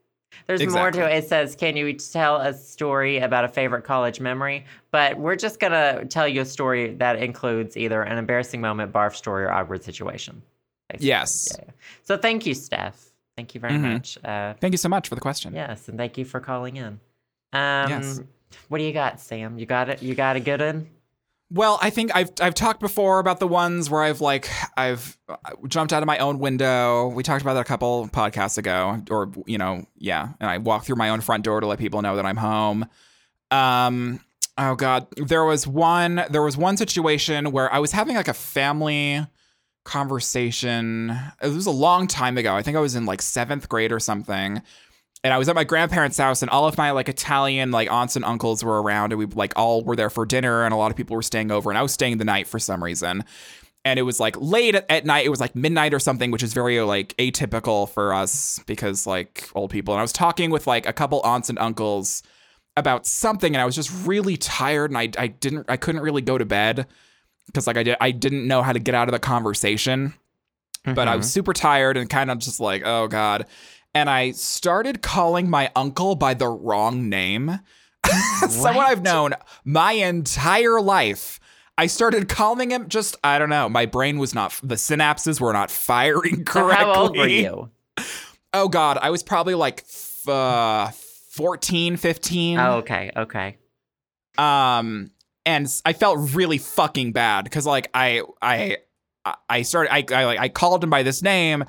Speaker 1: There's more to it. It says, Can you each tell a story about a favorite college memory? But we're just going to tell you a story that includes either an embarrassing moment, barf story, or awkward situation. basically.
Speaker 2: Yes.
Speaker 1: Yeah, yeah. So thank you, Steph. Thank you very
Speaker 2: Mhm.
Speaker 1: much. Uh,
Speaker 2: Thank you so much for the question.
Speaker 1: Yes, and thank you for calling in. Um,
Speaker 2: Yes.
Speaker 1: What do you got, Sam? You got it. You got a good one.
Speaker 2: Well, I think I've I've talked before about the ones where I've like I've uh, jumped out of my own window. We talked about that a couple podcasts ago, or you know, yeah. And I walk through my own front door to let people know that I'm home. Um, oh God, there was one there was one situation where I was having like a family conversation. It was a long time ago. I think I was in like seventh grade or something. And I was at my grandparents' house, and all of my like Italian like aunts and uncles were around, and we like all were there for dinner, and a lot of people were staying over, and I was staying the night for some reason. And it was like late at- at night. It was like midnight or something, which is very like atypical for us because like old people. And I was talking with like a couple aunts and uncles about something, and I was just really tired, and I I didn't I couldn't really go to bed because like I did I didn't know how to get out of the conversation but
Speaker 1: Mm-hmm.
Speaker 2: I was super tired and kind of just like, oh God. And I started calling my uncle by the wrong name. Someone
Speaker 1: What?
Speaker 2: I've known my entire life. I started calling him just, I don't know. My brain was not, the synapses were not firing
Speaker 1: So
Speaker 2: correctly.
Speaker 1: how old were you?
Speaker 2: Oh God. I was probably like f- uh, 14, 15.
Speaker 1: Oh, okay, okay.
Speaker 2: um and s- i felt really fucking bad because like i i I- i started i I, like, I called him by this name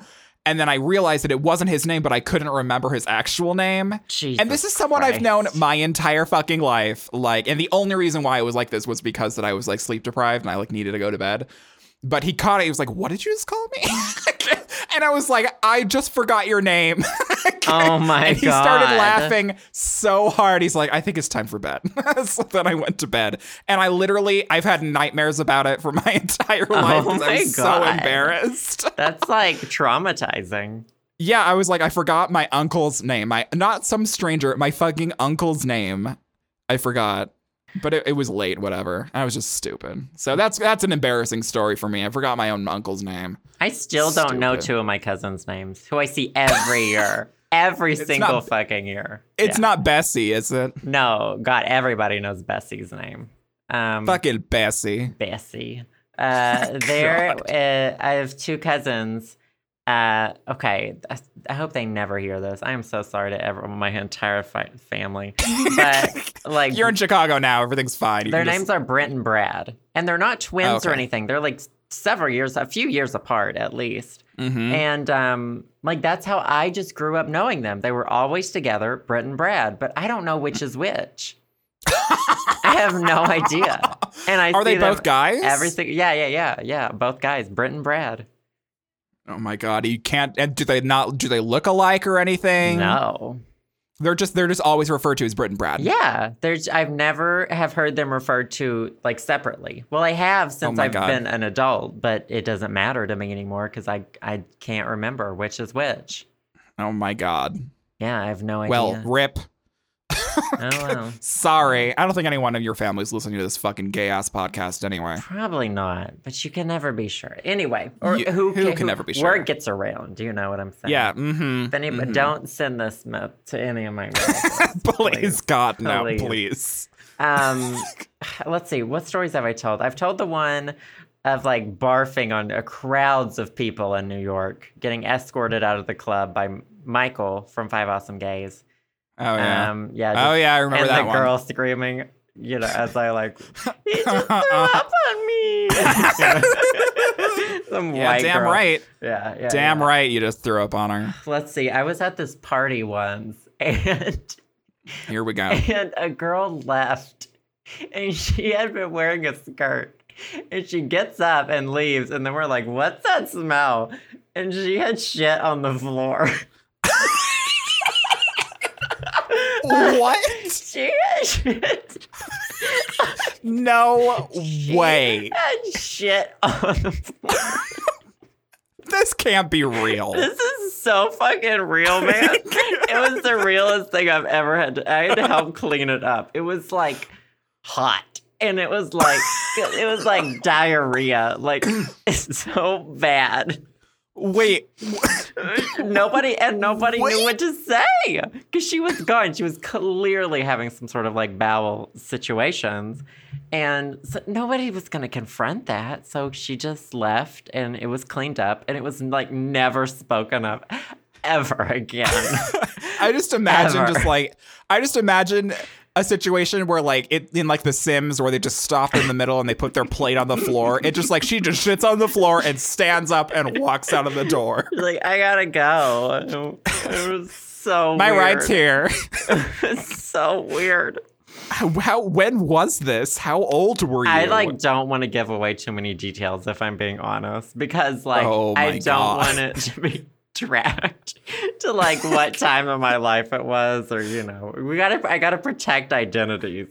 Speaker 2: and then i realized that it wasn't his name but i couldn't remember his actual name
Speaker 1: Jesus.
Speaker 2: and this is someone
Speaker 1: Christ.
Speaker 2: I've known my entire fucking life. Like, and the only reason why I was like this was because that I was like sleep deprived and I like needed to go to bed. But he caught it. He was like, "What did you just call me?" and I was like, "I just forgot your name."
Speaker 1: Oh my
Speaker 2: And he started
Speaker 1: God.
Speaker 2: laughing so hard. He's like, "I think it's time for bed." so then I went to bed, and I literally I've had nightmares about it for my entire life. 'cause
Speaker 1: Oh my
Speaker 2: I'm so
Speaker 1: God.
Speaker 2: embarrassed.
Speaker 1: That's like traumatizing.
Speaker 2: Yeah, I was like, I forgot my uncle's name. My not some stranger, my fucking uncle's name. I forgot. But it, it was late, whatever. I was just stupid. So that's that's an embarrassing story for me. I forgot my own uncle's name.
Speaker 1: I still don't know
Speaker 2: Stupid.
Speaker 1: two of my cousins' names, who I see every year, every single
Speaker 2: not-
Speaker 1: fucking year.
Speaker 2: It's
Speaker 1: Yeah.
Speaker 2: not Bessie, is it?
Speaker 1: No, God, everybody knows Bessie's name. Um,
Speaker 2: Fucking Bessie.
Speaker 1: Bessie. Uh, there, uh, I have two cousins. Uh, okay, I, I hope they never hear this. I am so sorry to everyone, my entire fi- family. But like,
Speaker 2: You're in Chicago now. Everything's fine. You
Speaker 1: their
Speaker 2: can just-
Speaker 1: names are Brent and Brad, and they're not twins
Speaker 2: Oh, okay.
Speaker 1: or anything. They're like several years, a few years apart at least.
Speaker 2: Mhm.
Speaker 1: And um, like that's how I just grew up knowing them. They were always together, Brett and Brad, but I don't know which is which. I have no idea. And I
Speaker 2: Are they
Speaker 1: see them
Speaker 2: both guys?
Speaker 1: Everything, yeah, yeah, yeah, yeah. Both guys, Brett and Brad.
Speaker 2: Oh my god, you can't. And do they not? Do they look alike or anything?
Speaker 1: No,
Speaker 2: They're just they're just always referred to as Brit and Brad.
Speaker 1: yeah. There's I've never have heard them referred to like separately. Well, I have since
Speaker 2: Oh my
Speaker 1: I've
Speaker 2: God.
Speaker 1: been an adult, but it doesn't matter to me anymore because I I can't remember which is which.
Speaker 2: Oh my god.
Speaker 1: Yeah, I have no idea.
Speaker 2: Well, rip.
Speaker 1: oh, well.
Speaker 2: Sorry, I don't think any one of your family's listening to this fucking gay ass podcast anyway.
Speaker 1: Probably not, but you can never be sure. Anyway, or
Speaker 2: You-
Speaker 1: who,
Speaker 2: who can never be sure?
Speaker 1: Word gets around. You know what I'm saying?
Speaker 2: Yeah. Mm-hmm.
Speaker 1: If any,
Speaker 2: mhm.
Speaker 1: Don't send this myth to any of my relatives.
Speaker 2: Please, God, no,
Speaker 1: Please.
Speaker 2: please.
Speaker 1: um, let's see. What stories have I told? I've told the one of like barfing on uh, crowds of people in New York, getting escorted out of the club by M- Michael from Five Awesome Gays.
Speaker 2: Oh yeah.
Speaker 1: Um, yeah.
Speaker 2: oh yeah, I remember
Speaker 1: and
Speaker 2: that
Speaker 1: the
Speaker 2: one.
Speaker 1: girl screaming, you know, as I like, he just threw up on me. Some
Speaker 2: yeah,
Speaker 1: white
Speaker 2: damn
Speaker 1: girl.
Speaker 2: right.
Speaker 1: Yeah, yeah.
Speaker 2: Damn
Speaker 1: yeah.
Speaker 2: right. You just threw up on her.
Speaker 1: Let's see. I was at this party once, and
Speaker 2: Here we go.
Speaker 1: and a girl left, and she had been wearing a skirt, and she gets up and leaves, and then we're like, "What's that smell?" And she had shit on the floor.
Speaker 2: what?
Speaker 1: she had shit.
Speaker 2: No way.
Speaker 1: She had shit on the floor.
Speaker 2: This can't be real.
Speaker 1: This is so fucking real, man. it was the realest thing I've ever had. To, I had to help clean it up. It was like hot, and it was like it, it was like diarrhea, like so bad.
Speaker 2: Wait.
Speaker 1: Nobody and nobody
Speaker 2: Wait.
Speaker 1: knew what to say because she was gone. She was clearly having some sort of like bowel situations, and so nobody was going to confront that. So she just left, and it was cleaned up, and it was like never spoken of ever again.
Speaker 2: I just imagine
Speaker 1: Ever.
Speaker 2: just like I just imagine a situation where like it in like The Sims where they just stop in the middle and they put their plate on the floor. It just like she just shits on the floor and stands up and walks out of the door.
Speaker 1: like I gotta go. It was so
Speaker 2: My
Speaker 1: weird.
Speaker 2: ride's here.
Speaker 1: It's so weird.
Speaker 2: How when was this? How old were you?
Speaker 1: I like don't want to give away too many details if I'm being honest because like
Speaker 2: Oh my
Speaker 1: I don't
Speaker 2: God.
Speaker 1: want it to be tracked to like what time of my life it was or you know we gotta I gotta protect identities.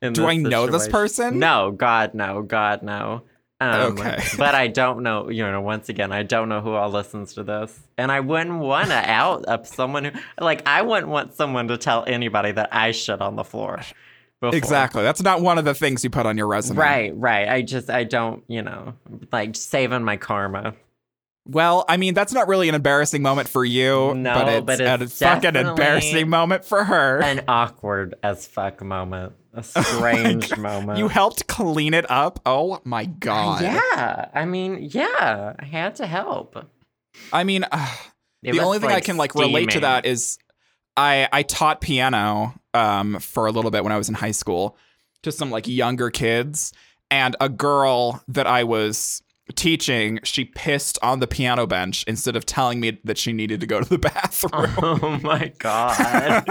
Speaker 1: in
Speaker 2: Do I know this
Speaker 1: situation.
Speaker 2: person?
Speaker 1: No, God, no, God, no. Um,
Speaker 2: Okay.
Speaker 1: but I don't know. You know, once again, I don't know who all listens to this, and I wouldn't want to out up someone who like I wouldn't want someone to tell anybody that I shit on the floor. before.
Speaker 2: Exactly. That's not one of the things you put on your resume.
Speaker 1: Right, right. I just I don't, you know, like saving my karma.
Speaker 2: Well, I mean, that's not really an embarrassing moment for you,
Speaker 1: No,
Speaker 2: but it's,
Speaker 1: but
Speaker 2: a
Speaker 1: it's
Speaker 2: fucking
Speaker 1: definitely-
Speaker 2: embarrassing moment for her.
Speaker 1: An awkward as fuck moment. A strange moment.
Speaker 2: Oh You helped clean it up. Oh
Speaker 1: Uh,
Speaker 2: my god.
Speaker 1: yeah. I mean, yeah. I had to help.
Speaker 2: I mean, uh,
Speaker 1: It
Speaker 2: the
Speaker 1: was,
Speaker 2: only thing I can like relate to
Speaker 1: steaming.
Speaker 2: that is I I taught piano um for a little bit when I was in high school to some like younger kids and a girl that I was teaching she pissed on the piano bench instead of telling me that she needed to go to the bathroom.
Speaker 1: Oh my god.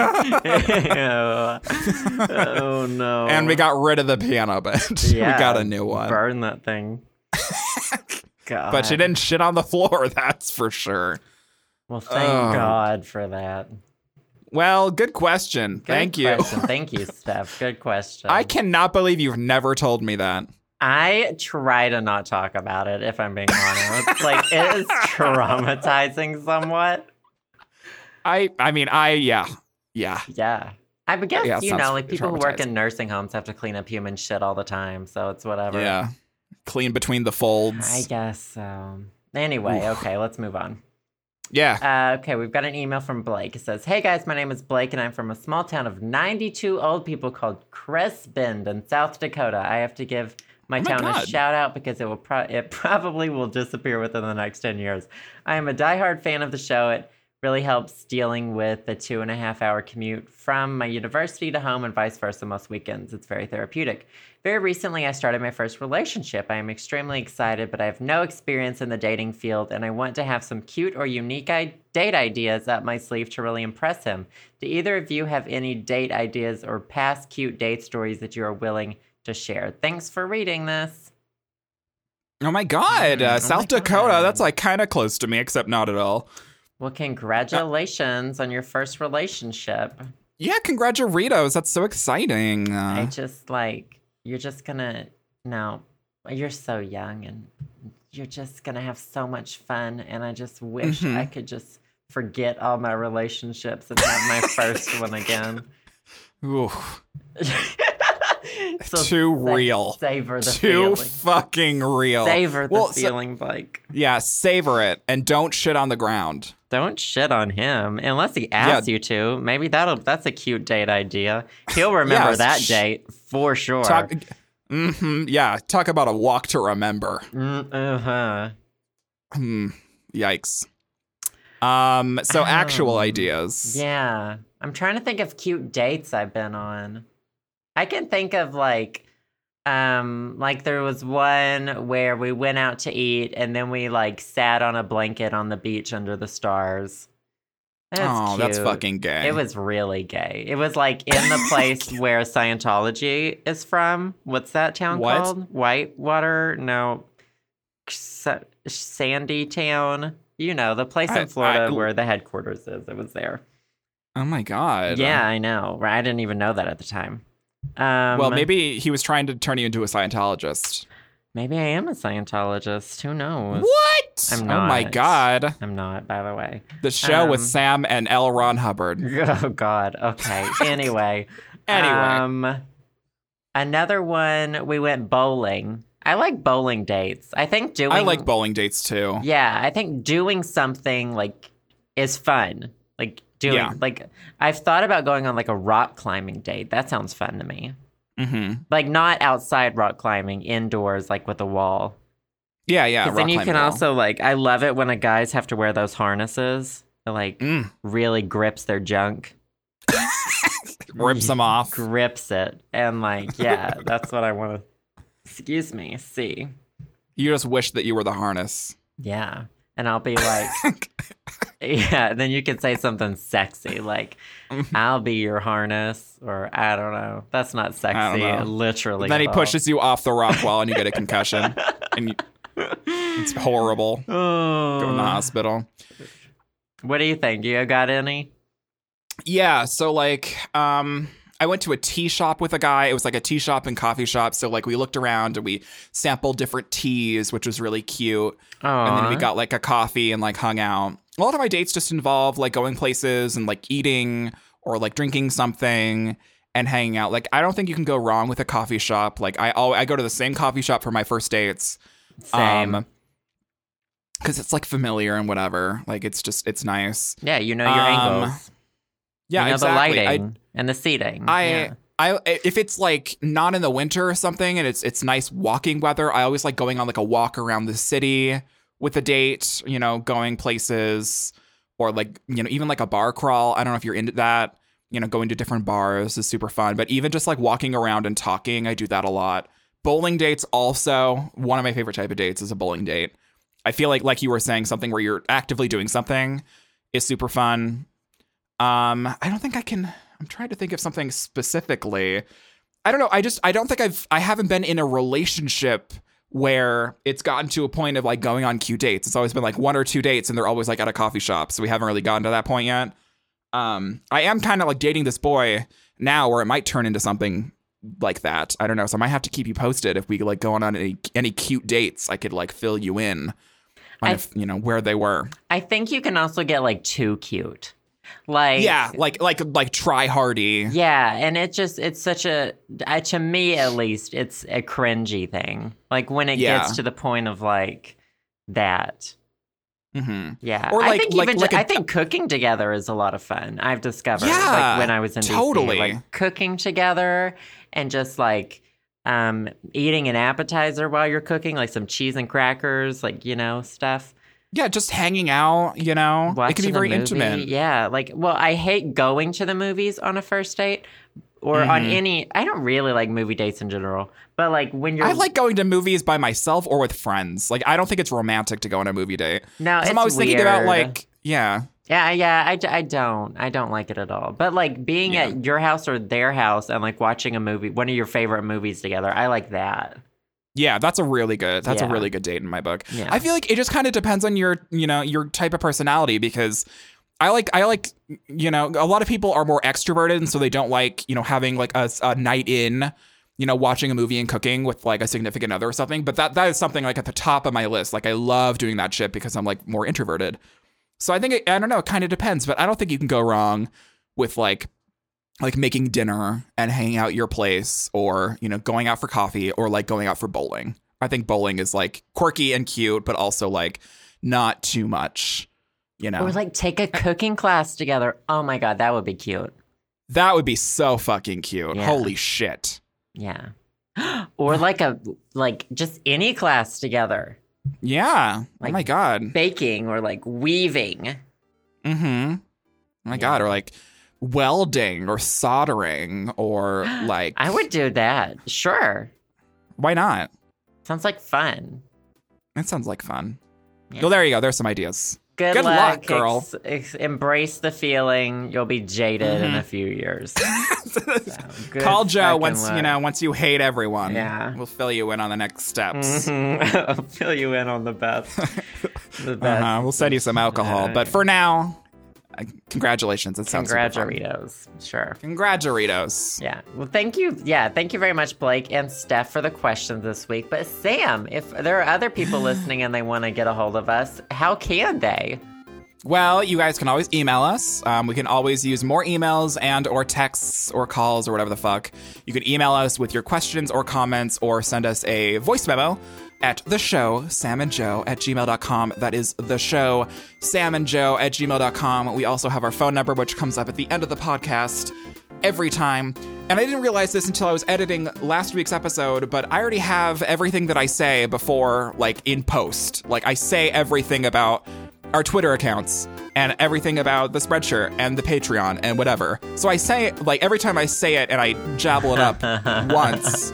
Speaker 1: Ew. Oh no.
Speaker 2: And we got rid of the piano bench.
Speaker 1: Yeah,
Speaker 2: we got a new one.
Speaker 1: burn that thing. God.
Speaker 2: But she didn't shit on the floor, that's for sure.
Speaker 1: Well, thank
Speaker 2: Ugh.
Speaker 1: God for that.
Speaker 2: Well, good question.
Speaker 1: Good
Speaker 2: Thank you.
Speaker 1: question. Thank you, Steph. Good question.
Speaker 2: I cannot believe you've never told me that.
Speaker 1: I try to not talk about it if I'm being honest. like it is traumatizing somewhat.
Speaker 2: I I mean I yeah yeah
Speaker 1: Yeah. I would guess,
Speaker 2: Yeah, it
Speaker 1: you
Speaker 2: sounds
Speaker 1: know, like people who work
Speaker 2: traumatizing.
Speaker 1: in nursing homes have to clean up human shit all the time, so it's whatever.
Speaker 2: yeah clean between the
Speaker 1: I
Speaker 2: folds.
Speaker 1: guess so. Anyway, okay, let's move on.
Speaker 2: Yeah.
Speaker 1: Uh, okay, we've got an email from Blake. It says, Hey guys, my name is Blake and I'm from a small town of 92 old people called Cresbend in South Dakota. I have to give my
Speaker 2: Oh my
Speaker 1: town a
Speaker 2: God.
Speaker 1: shout out because it will pro- it probably will disappear within the next 10 years. I am a diehard fan of the show. It really helps dealing with the two and a half hour commute from my university to home and vice versa most weekends. It's very therapeutic. Very recently, I started my first relationship. I am extremely excited, but I have no experience in the dating field, and I want to have some cute or unique I- date ideas up my sleeve to really impress him. Do either of you have any date ideas or past cute date stories that you are willing to share? Thanks for reading this.
Speaker 2: Oh my God,
Speaker 1: Mm, oh
Speaker 2: uh,
Speaker 1: my
Speaker 2: South Dakota.
Speaker 1: God.
Speaker 2: That's like kind of close to me, except not at all.
Speaker 1: Well, congratulations on your first relationship.
Speaker 2: Yeah, congratulations. That's so exciting.
Speaker 1: I
Speaker 2: Uh,
Speaker 1: just like you're just gonna no, you're so young and you're just gonna have so much fun. And I just wish I
Speaker 2: Mm-hmm.
Speaker 1: could just forget all my relationships and have my first one again.
Speaker 2: oof.
Speaker 1: so
Speaker 2: Too
Speaker 1: sa-
Speaker 2: real.
Speaker 1: Savor the feeling.
Speaker 2: Too fucking real.
Speaker 1: savor the
Speaker 2: Well, so-
Speaker 1: feeling, Blake.
Speaker 2: yeah, savor it and don't shit on the ground.
Speaker 1: Don't shit on him unless he asks you to. Maybe that'll that's a cute date idea. He'll remember
Speaker 2: Yes,
Speaker 1: that
Speaker 2: sh-
Speaker 1: date for sure.
Speaker 2: Talk. hmm yeah, talk about a walk to remember.
Speaker 1: Mm, uh-huh.
Speaker 2: Hmm, yikes. Um. So actual
Speaker 1: Um,
Speaker 2: ideas.
Speaker 1: Yeah. I'm trying to think of cute dates I've been on. I can think of like um like there was one where we went out to eat and then we like sat on a blanket on the beach under the stars. That's
Speaker 2: oh, that's
Speaker 1: cute.
Speaker 2: fucking gay.
Speaker 1: It was really gay. It was like in the place where Scientology is from. What's that town
Speaker 2: What?
Speaker 1: called? Whitewater? No. Sa- Sandy Town. You know, the place
Speaker 2: I- I-
Speaker 1: in Florida where the headquarters is. It was there.
Speaker 2: Oh my god.
Speaker 1: Yeah, I know. Right? I didn't even know that at the time. Um,
Speaker 2: Well, maybe he was trying to turn you into a Scientologist.
Speaker 1: maybe I am a Scientologist. Who knows?
Speaker 2: What?
Speaker 1: I'm
Speaker 2: Oh my
Speaker 1: not.
Speaker 2: god.
Speaker 1: I'm not, by the way.
Speaker 2: The show with
Speaker 1: Um,
Speaker 2: Sam and L. Ron Hubbard.
Speaker 1: Oh God. Okay. Anyway.
Speaker 2: Anyway.
Speaker 1: Um, another one. We went bowling. I like bowling dates. I think doing.
Speaker 2: I like bowling dates too.
Speaker 1: Yeah, I think doing something like is fun. Like doing
Speaker 2: Yeah.
Speaker 1: like I've thought about going on like a rock climbing date. That sounds fun to me.
Speaker 2: hmm
Speaker 1: Like not outside rock climbing, indoors like with a wall.
Speaker 2: Yeah, yeah.
Speaker 1: 'Cause then
Speaker 2: rock
Speaker 1: you
Speaker 2: climbing
Speaker 1: can
Speaker 2: wall.
Speaker 1: also like I love it when a guys have to wear those harnesses. It like
Speaker 2: Mm.
Speaker 1: really grips their junk.
Speaker 2: rips them off.
Speaker 1: grips it and like yeah that's what i want to excuse me see
Speaker 2: You just wish that you were the harness.
Speaker 1: yeah and i'll be like yeah then you can say something sexy like i'll be your harness or i don't know that's not
Speaker 2: Mm-hmm.
Speaker 1: sexy
Speaker 2: don't know.
Speaker 1: literally
Speaker 2: then he
Speaker 1: at all.
Speaker 2: pushes you off the rock wall and you get a concussion. and you, it's horrible. Go in the
Speaker 1: oh.
Speaker 2: hospital.
Speaker 1: what do you think you got any
Speaker 2: Yeah, so like um I went to a tea shop with a guy. It was like a tea shop and coffee shop. So like we looked around and we sampled different teas, which was really cute.
Speaker 1: oh
Speaker 2: and then we got like a coffee and like hung out. A lot of my dates just involve like going places and like eating or like drinking something and hanging out. Like I don't think you can go wrong with a coffee shop. Like I al- I go to the same coffee shop for my first dates.
Speaker 1: same
Speaker 2: um, because it's like familiar and whatever. Like it's just it's nice.
Speaker 1: yeah you know your
Speaker 2: um,
Speaker 1: angles
Speaker 2: Yeah,
Speaker 1: you know
Speaker 2: exactly.
Speaker 1: the
Speaker 2: I-
Speaker 1: lighting and the seating
Speaker 2: I
Speaker 1: yeah.
Speaker 2: I if it's like not in the winter or something and it's it's nice walking weather, I always like going on like a walk around the city with a date, you know, going places or like, you know, even like a bar crawl. I don't know if you're into that. You know, going to different bars is super fun, but even just like walking around and talking, I do that a lot. Bowling dates also, one of my favorite type of dates is a bowling date. I feel like like you were saying something where you're actively doing something is super fun. Um, I don't think I can. I'm trying to think of something specifically. I don't know. I just I don't think I've I haven't been in a relationship where it's gotten to a point of like going on cute dates. It's always been like one or two dates, and they're always like at a coffee shop. So we haven't really gotten to that point yet. Um, I am kind of like dating this boy now, where it might turn into something like that. I don't know. So I might have to keep you posted if we like go on any any cute dates. I could like fill you in on
Speaker 1: I-
Speaker 2: if you know where they were.
Speaker 1: I think you can also get like too cute. Like
Speaker 2: yeah, like like like try hardy.
Speaker 1: Yeah, and it just it's such a I, to me at least it's a cringy thing. Like when it
Speaker 2: Yeah.
Speaker 1: gets to the point of like that.
Speaker 2: Mm-hmm.
Speaker 1: Yeah.
Speaker 2: Or
Speaker 1: I
Speaker 2: like-
Speaker 1: think
Speaker 2: like-
Speaker 1: even
Speaker 2: like
Speaker 1: ju-
Speaker 2: a-
Speaker 1: I think cooking together is a lot of fun. I've discovered
Speaker 2: Yeah,
Speaker 1: like when I was in
Speaker 2: totally.
Speaker 1: DC, like cooking together and just like um eating an appetizer while you're cooking, like some cheese and crackers, like you know, stuff.
Speaker 2: Yeah, just hanging out, you know? it can
Speaker 1: Watching
Speaker 2: be
Speaker 1: a
Speaker 2: very
Speaker 1: movie.
Speaker 2: intimate.
Speaker 1: Yeah, like well, I hate going to the movies on a first date or on
Speaker 2: Mhm.
Speaker 1: any I don't really like movie dates in general, but like when you're
Speaker 2: I like going to movies by myself or with friends. Like, I don't think it's romantic to go on a movie date. 'Cause
Speaker 1: no, Uh, it's
Speaker 2: I'm always thinking about,
Speaker 1: weird.
Speaker 2: like, yeah.
Speaker 1: Yeah, yeah, I, d- I don't. I don't like it at all. But like being
Speaker 2: Yeah.
Speaker 1: at your house or their house and like watching a movie, one of your favorite movies together, I like that.
Speaker 2: Yeah, that's a really good. That's a
Speaker 1: Yeah.
Speaker 2: really good date in my book.
Speaker 1: Yeah.
Speaker 2: I feel like it just kind of depends on your, you know, your type of personality because I like I like, you know, a lot of people are more extroverted and so they don't like, you know, having like a, a night in, you know, watching a movie and cooking with like a significant other or something, but that that is something like at the top of my list. Like I love doing that shit because I'm like more introverted. So I think it, I don't know, it kind of depends, but I don't think you can go wrong with like like making dinner and hanging out at your place or you know going out for coffee or like going out for bowling i think bowling is like quirky and cute but also like not too much you know
Speaker 1: Or like take a cooking class together. Oh my god, that would be cute.
Speaker 2: that would be so fucking cute
Speaker 1: Yeah.
Speaker 2: holy shit
Speaker 1: Yeah. or like a like just any class together,
Speaker 2: yeah oh
Speaker 1: Like-
Speaker 2: my god
Speaker 1: baking or like weaving.
Speaker 2: mm-hmm oh my
Speaker 1: Yeah.
Speaker 2: god or like welding or soldering or like
Speaker 1: I would do that. Sure,
Speaker 2: why not
Speaker 1: sounds like fun.
Speaker 2: it sounds like fun
Speaker 1: Yeah.
Speaker 2: well there you go there's some ideas
Speaker 1: Good,
Speaker 2: Good luck, girl.
Speaker 1: Ex- ex- embrace the feeling. You'll be jaded in a few years. So, good
Speaker 2: Mm-hmm. Call Joe
Speaker 1: fucking
Speaker 2: once you
Speaker 1: luck.
Speaker 2: know once you hate everyone.
Speaker 1: Yeah.
Speaker 2: we'll fill you in on the next steps.
Speaker 1: Mhm. I'll fill you in on the best. The best.
Speaker 2: Uh-huh. We'll send you some alcohol, but for now, uh, congratulations. It sounds super fun.
Speaker 1: Congratulations. Sure.
Speaker 2: Congraturitos.
Speaker 1: Yeah. Well, thank you. Yeah. Thank you very much, Blake and Steph, for the questions this week. But, Sam, if there are other people listening and they want to get a hold of us, how can they?
Speaker 2: Well, you guys can always email us. Um, we can always use more emails and or texts or calls or whatever the fuck. You can email us with your questions or comments or send us a voice memo at the show sam and joe at gmail.com that is the show sam and joe at gmail.com we also have our phone number which comes up at the end of the podcast every time and i didn't realize this until i was editing last week's episode but i already have everything that i say before like in post like i say everything about our Twitter accounts and everything about the Spreadshirt and the Patreon and whatever. So I say it like every time I say it and I jabble it up once,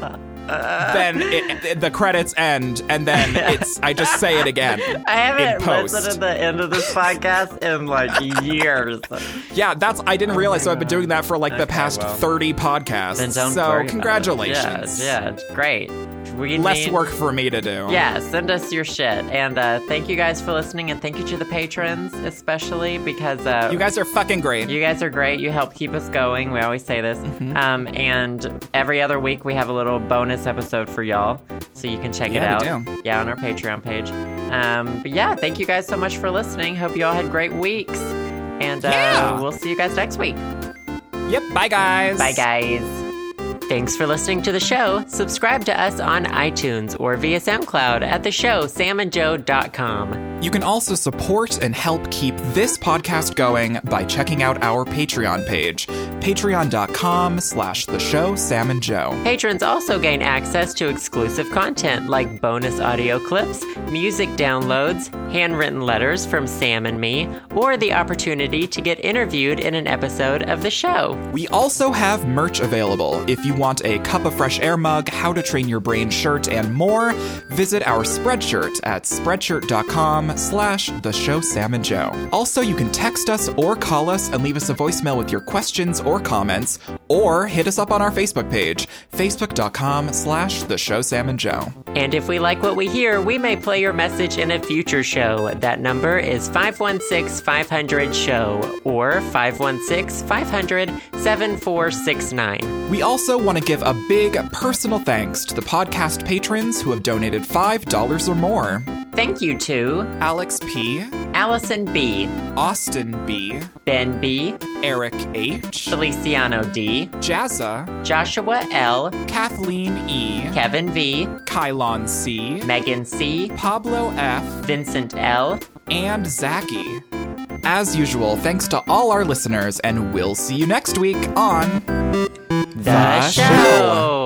Speaker 2: then it, it- the credits end and then it's I just say it again.
Speaker 1: I haven't
Speaker 2: post.
Speaker 1: listened to the end of this podcast in like years.
Speaker 2: Yeah, that's I
Speaker 1: Oh
Speaker 2: didn't realize. So I've been doing that for like the past
Speaker 1: well.
Speaker 2: thirty podcasts.
Speaker 1: Then don't worry
Speaker 2: so
Speaker 1: about it.
Speaker 2: congratulations.
Speaker 1: Yeah. yeah great. We
Speaker 2: Less
Speaker 1: need-
Speaker 2: work for me to do.
Speaker 1: Yeah, send us your shit. And uh, thank you guys for listening, and thank you to the patrons, especially because uh,
Speaker 2: You guys are fucking great.
Speaker 1: you guys are great. You help keep us going. We always say this.
Speaker 2: Mm-hmm.
Speaker 1: Um, and every other week, we have a little bonus episode for y'all. So you can check
Speaker 2: Yeah,
Speaker 1: it
Speaker 2: we
Speaker 1: out.
Speaker 2: do.
Speaker 1: Yeah, on our Patreon page. Um, but yeah, thank you guys so much for listening. Hope you all had great weeks. And uh,
Speaker 2: Yeah.
Speaker 1: we'll see you guys next week.
Speaker 2: yep. Bye guys.
Speaker 1: Bye, guys. Thanks for listening to the show. Subscribe to us on iTunes or via SoundCloud at the show samandjoe.com.
Speaker 2: You can also support and help keep this podcast going by checking out our Patreon page, patreon.com slash the show Sam and Joe.
Speaker 1: Patrons also gain access to exclusive content like bonus audio clips, music downloads, handwritten letters from Sam and me, or the opportunity to get interviewed in an episode of the show.
Speaker 2: We also have merch available. If you want a cup of fresh air mug, how to train your brain shirt, and more, visit our spreadshirt at spreadshirt.com slash the show Sam and Joe. Also, you can text us or call us and leave us a voicemail with your questions or comments, or hit us up on our Facebook page, facebook.com slash the show Sam and Joe.
Speaker 1: And if we like what we hear, we may play your message in a future show. That number is 516 500 SHOW or 516 500 7469.
Speaker 2: We also want to give a big personal thanks to the podcast patrons who have donated $5 or more
Speaker 1: Thank you to
Speaker 2: Alex P.,
Speaker 1: Allison B.,
Speaker 2: Austin B.,
Speaker 1: Ben B.,
Speaker 2: Eric H.,
Speaker 1: Feliciano D.,
Speaker 2: Jazza,
Speaker 1: Joshua L.,
Speaker 2: Kathleen E.,
Speaker 1: Kevin V.,
Speaker 2: Kylon C.,
Speaker 1: Megan C.,
Speaker 2: Pablo F.,
Speaker 1: Vincent L.,
Speaker 2: and Zachy. As usual, thanks to all our listeners, and we'll see you next week on
Speaker 1: The,
Speaker 2: The
Speaker 1: show.